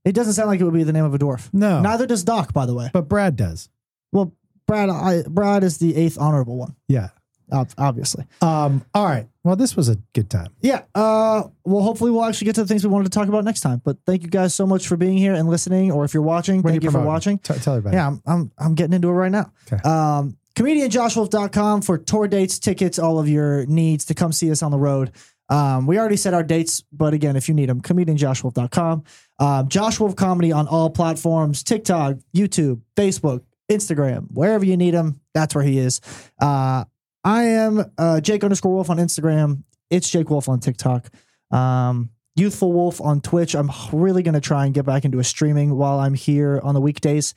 Speaker 2: It doesn't sound like it would be the name of a dwarf.
Speaker 1: No,
Speaker 2: Neither does Doc, by the way.
Speaker 1: but Brad does.
Speaker 2: Well, Brad, I, Brad is the eighth honorable one,
Speaker 1: Yeah.
Speaker 2: ob- obviously.
Speaker 1: Um. All right. Well, this was a good time.
Speaker 2: Yeah. Uh, well, hopefully we'll actually get to the things we wanted to talk about next time. But thank you guys so much for being here and listening. Or if you're watching,
Speaker 1: What are
Speaker 2: thank you for
Speaker 1: promoting?
Speaker 2: watching.
Speaker 1: T- tell everybody.
Speaker 2: Yeah, I'm, I'm I'm getting into it right now.
Speaker 1: Okay.
Speaker 2: Um, ComedianJoshWolf.com for tour dates, tickets, all of your needs to come see us on the road. Um, we already said our dates, but again, if you need them, ComedianJoshWolf.com. Um, Josh Wolf Comedy on all platforms TikTok, YouTube, Facebook, Instagram, wherever you need him, that's where he is. Uh, I am uh, Jake underscore Wolf on Instagram. It's Jake Wolf on TikTok. Um, Youthful Wolf on Twitch. I'm really going to try and get back into a streaming while I'm here on the weekdays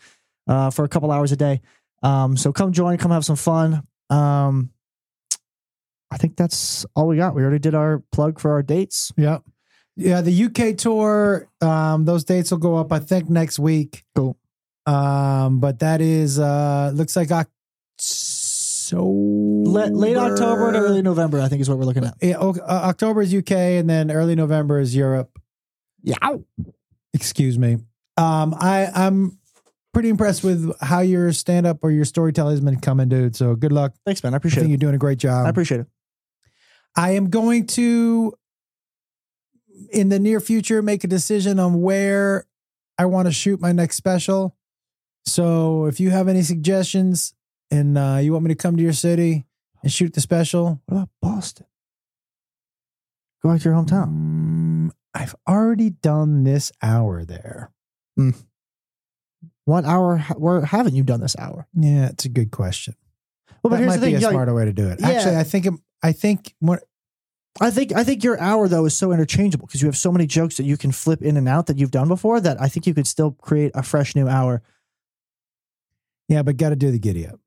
Speaker 2: uh, for a couple hours a day. Um, so come join, come have some fun. Um, I think that's all we got. We already did our plug for our dates.
Speaker 1: Yep. Yeah, the UK tour, um, those dates will go up, I think, next week.
Speaker 2: Cool.
Speaker 1: Um, but that is uh looks like October. So
Speaker 2: Le- late October to early November, I think is what we're looking at.
Speaker 1: Yeah, o- uh, October is UK, and then early November is Europe.
Speaker 2: Yeah.
Speaker 1: Excuse me. Um, I I'm pretty impressed with how your stand up or your storytelling has been coming, dude. So good luck.
Speaker 2: Thanks, man. I
Speaker 1: I
Speaker 2: appreciate
Speaker 1: think
Speaker 2: it.
Speaker 1: you're doing a great job.
Speaker 2: I appreciate it.
Speaker 1: I am going to, in the near future, make a decision on where I want to shoot my next special. So if you have any suggestions and uh, you want me to come to your city and shoot the special,
Speaker 2: What about Boston? Go back to your hometown.
Speaker 1: mm, I've already done this hour there.
Speaker 2: What hour? ha- Where haven't you done this hour?
Speaker 1: Yeah, it's a good question.
Speaker 2: Well, but
Speaker 1: that
Speaker 2: here's
Speaker 1: might
Speaker 2: the thing.
Speaker 1: be a
Speaker 2: yo,
Speaker 1: smarter way to do it.
Speaker 2: Yeah.
Speaker 1: Actually, I think it, I think more,
Speaker 2: I think I think your hour though is so interchangeable because you have so many jokes that you can flip in and out that you've done before that I think you could still create a fresh new hour.
Speaker 1: yeah, but got to do the giddy up.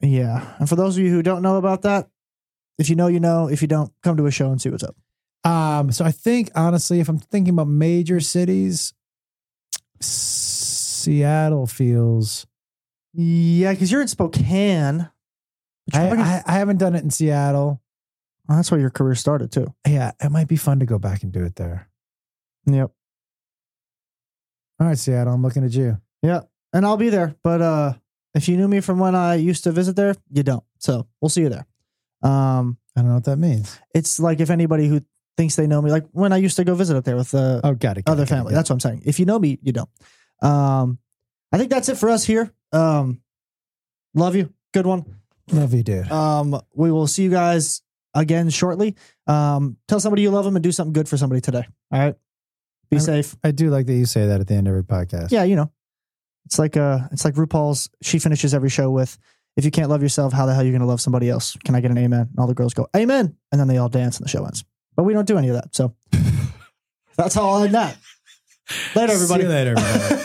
Speaker 2: Yeah. And for those of you who don't know about that, if you know, you know. If you don't, come to a show and see what's up.
Speaker 1: Um, so I think honestly, if I'm thinking about major cities, Seattle feels.
Speaker 2: Yeah, because you're in Spokane. But you're
Speaker 1: I,
Speaker 2: fucking-
Speaker 1: I, I haven't done it in Seattle.
Speaker 2: Well, that's where your career started too.
Speaker 1: Yeah, it might be fun to go back and do it there.
Speaker 2: Yep.
Speaker 1: All right, Seattle, I'm looking at you.
Speaker 2: and I'll be there. But uh, if you knew me from when I used to visit there, you don't. So we'll see you there. Um,
Speaker 1: I don't know what that means.
Speaker 2: it's like if anybody who thinks they know me, like when I used to go visit up there with the
Speaker 1: Oh, got it. got
Speaker 2: other
Speaker 1: it, got it,
Speaker 2: family.
Speaker 1: got it.
Speaker 2: That's what I'm saying. If you know me, you don't. Um, I think that's it for us here. Um, love you. Good one.
Speaker 1: love you, dude.
Speaker 2: Um, we will see you guys again shortly. Um, tell somebody you love them and do something good for somebody today. All right. Be
Speaker 1: I-
Speaker 2: safe.
Speaker 1: I do like that you say that at the end of every podcast.
Speaker 2: yeah, you know, it's like uh, it's like RuPaul's. She finishes every show with, "If you can't love yourself, how the hell are you gonna love somebody else?" Can I get an amen? And all the girls go, "Amen," and then they all dance, and the show ends. But we don't do any of that, so that's all on that. Later,
Speaker 1: See
Speaker 2: everybody.
Speaker 1: you later. man.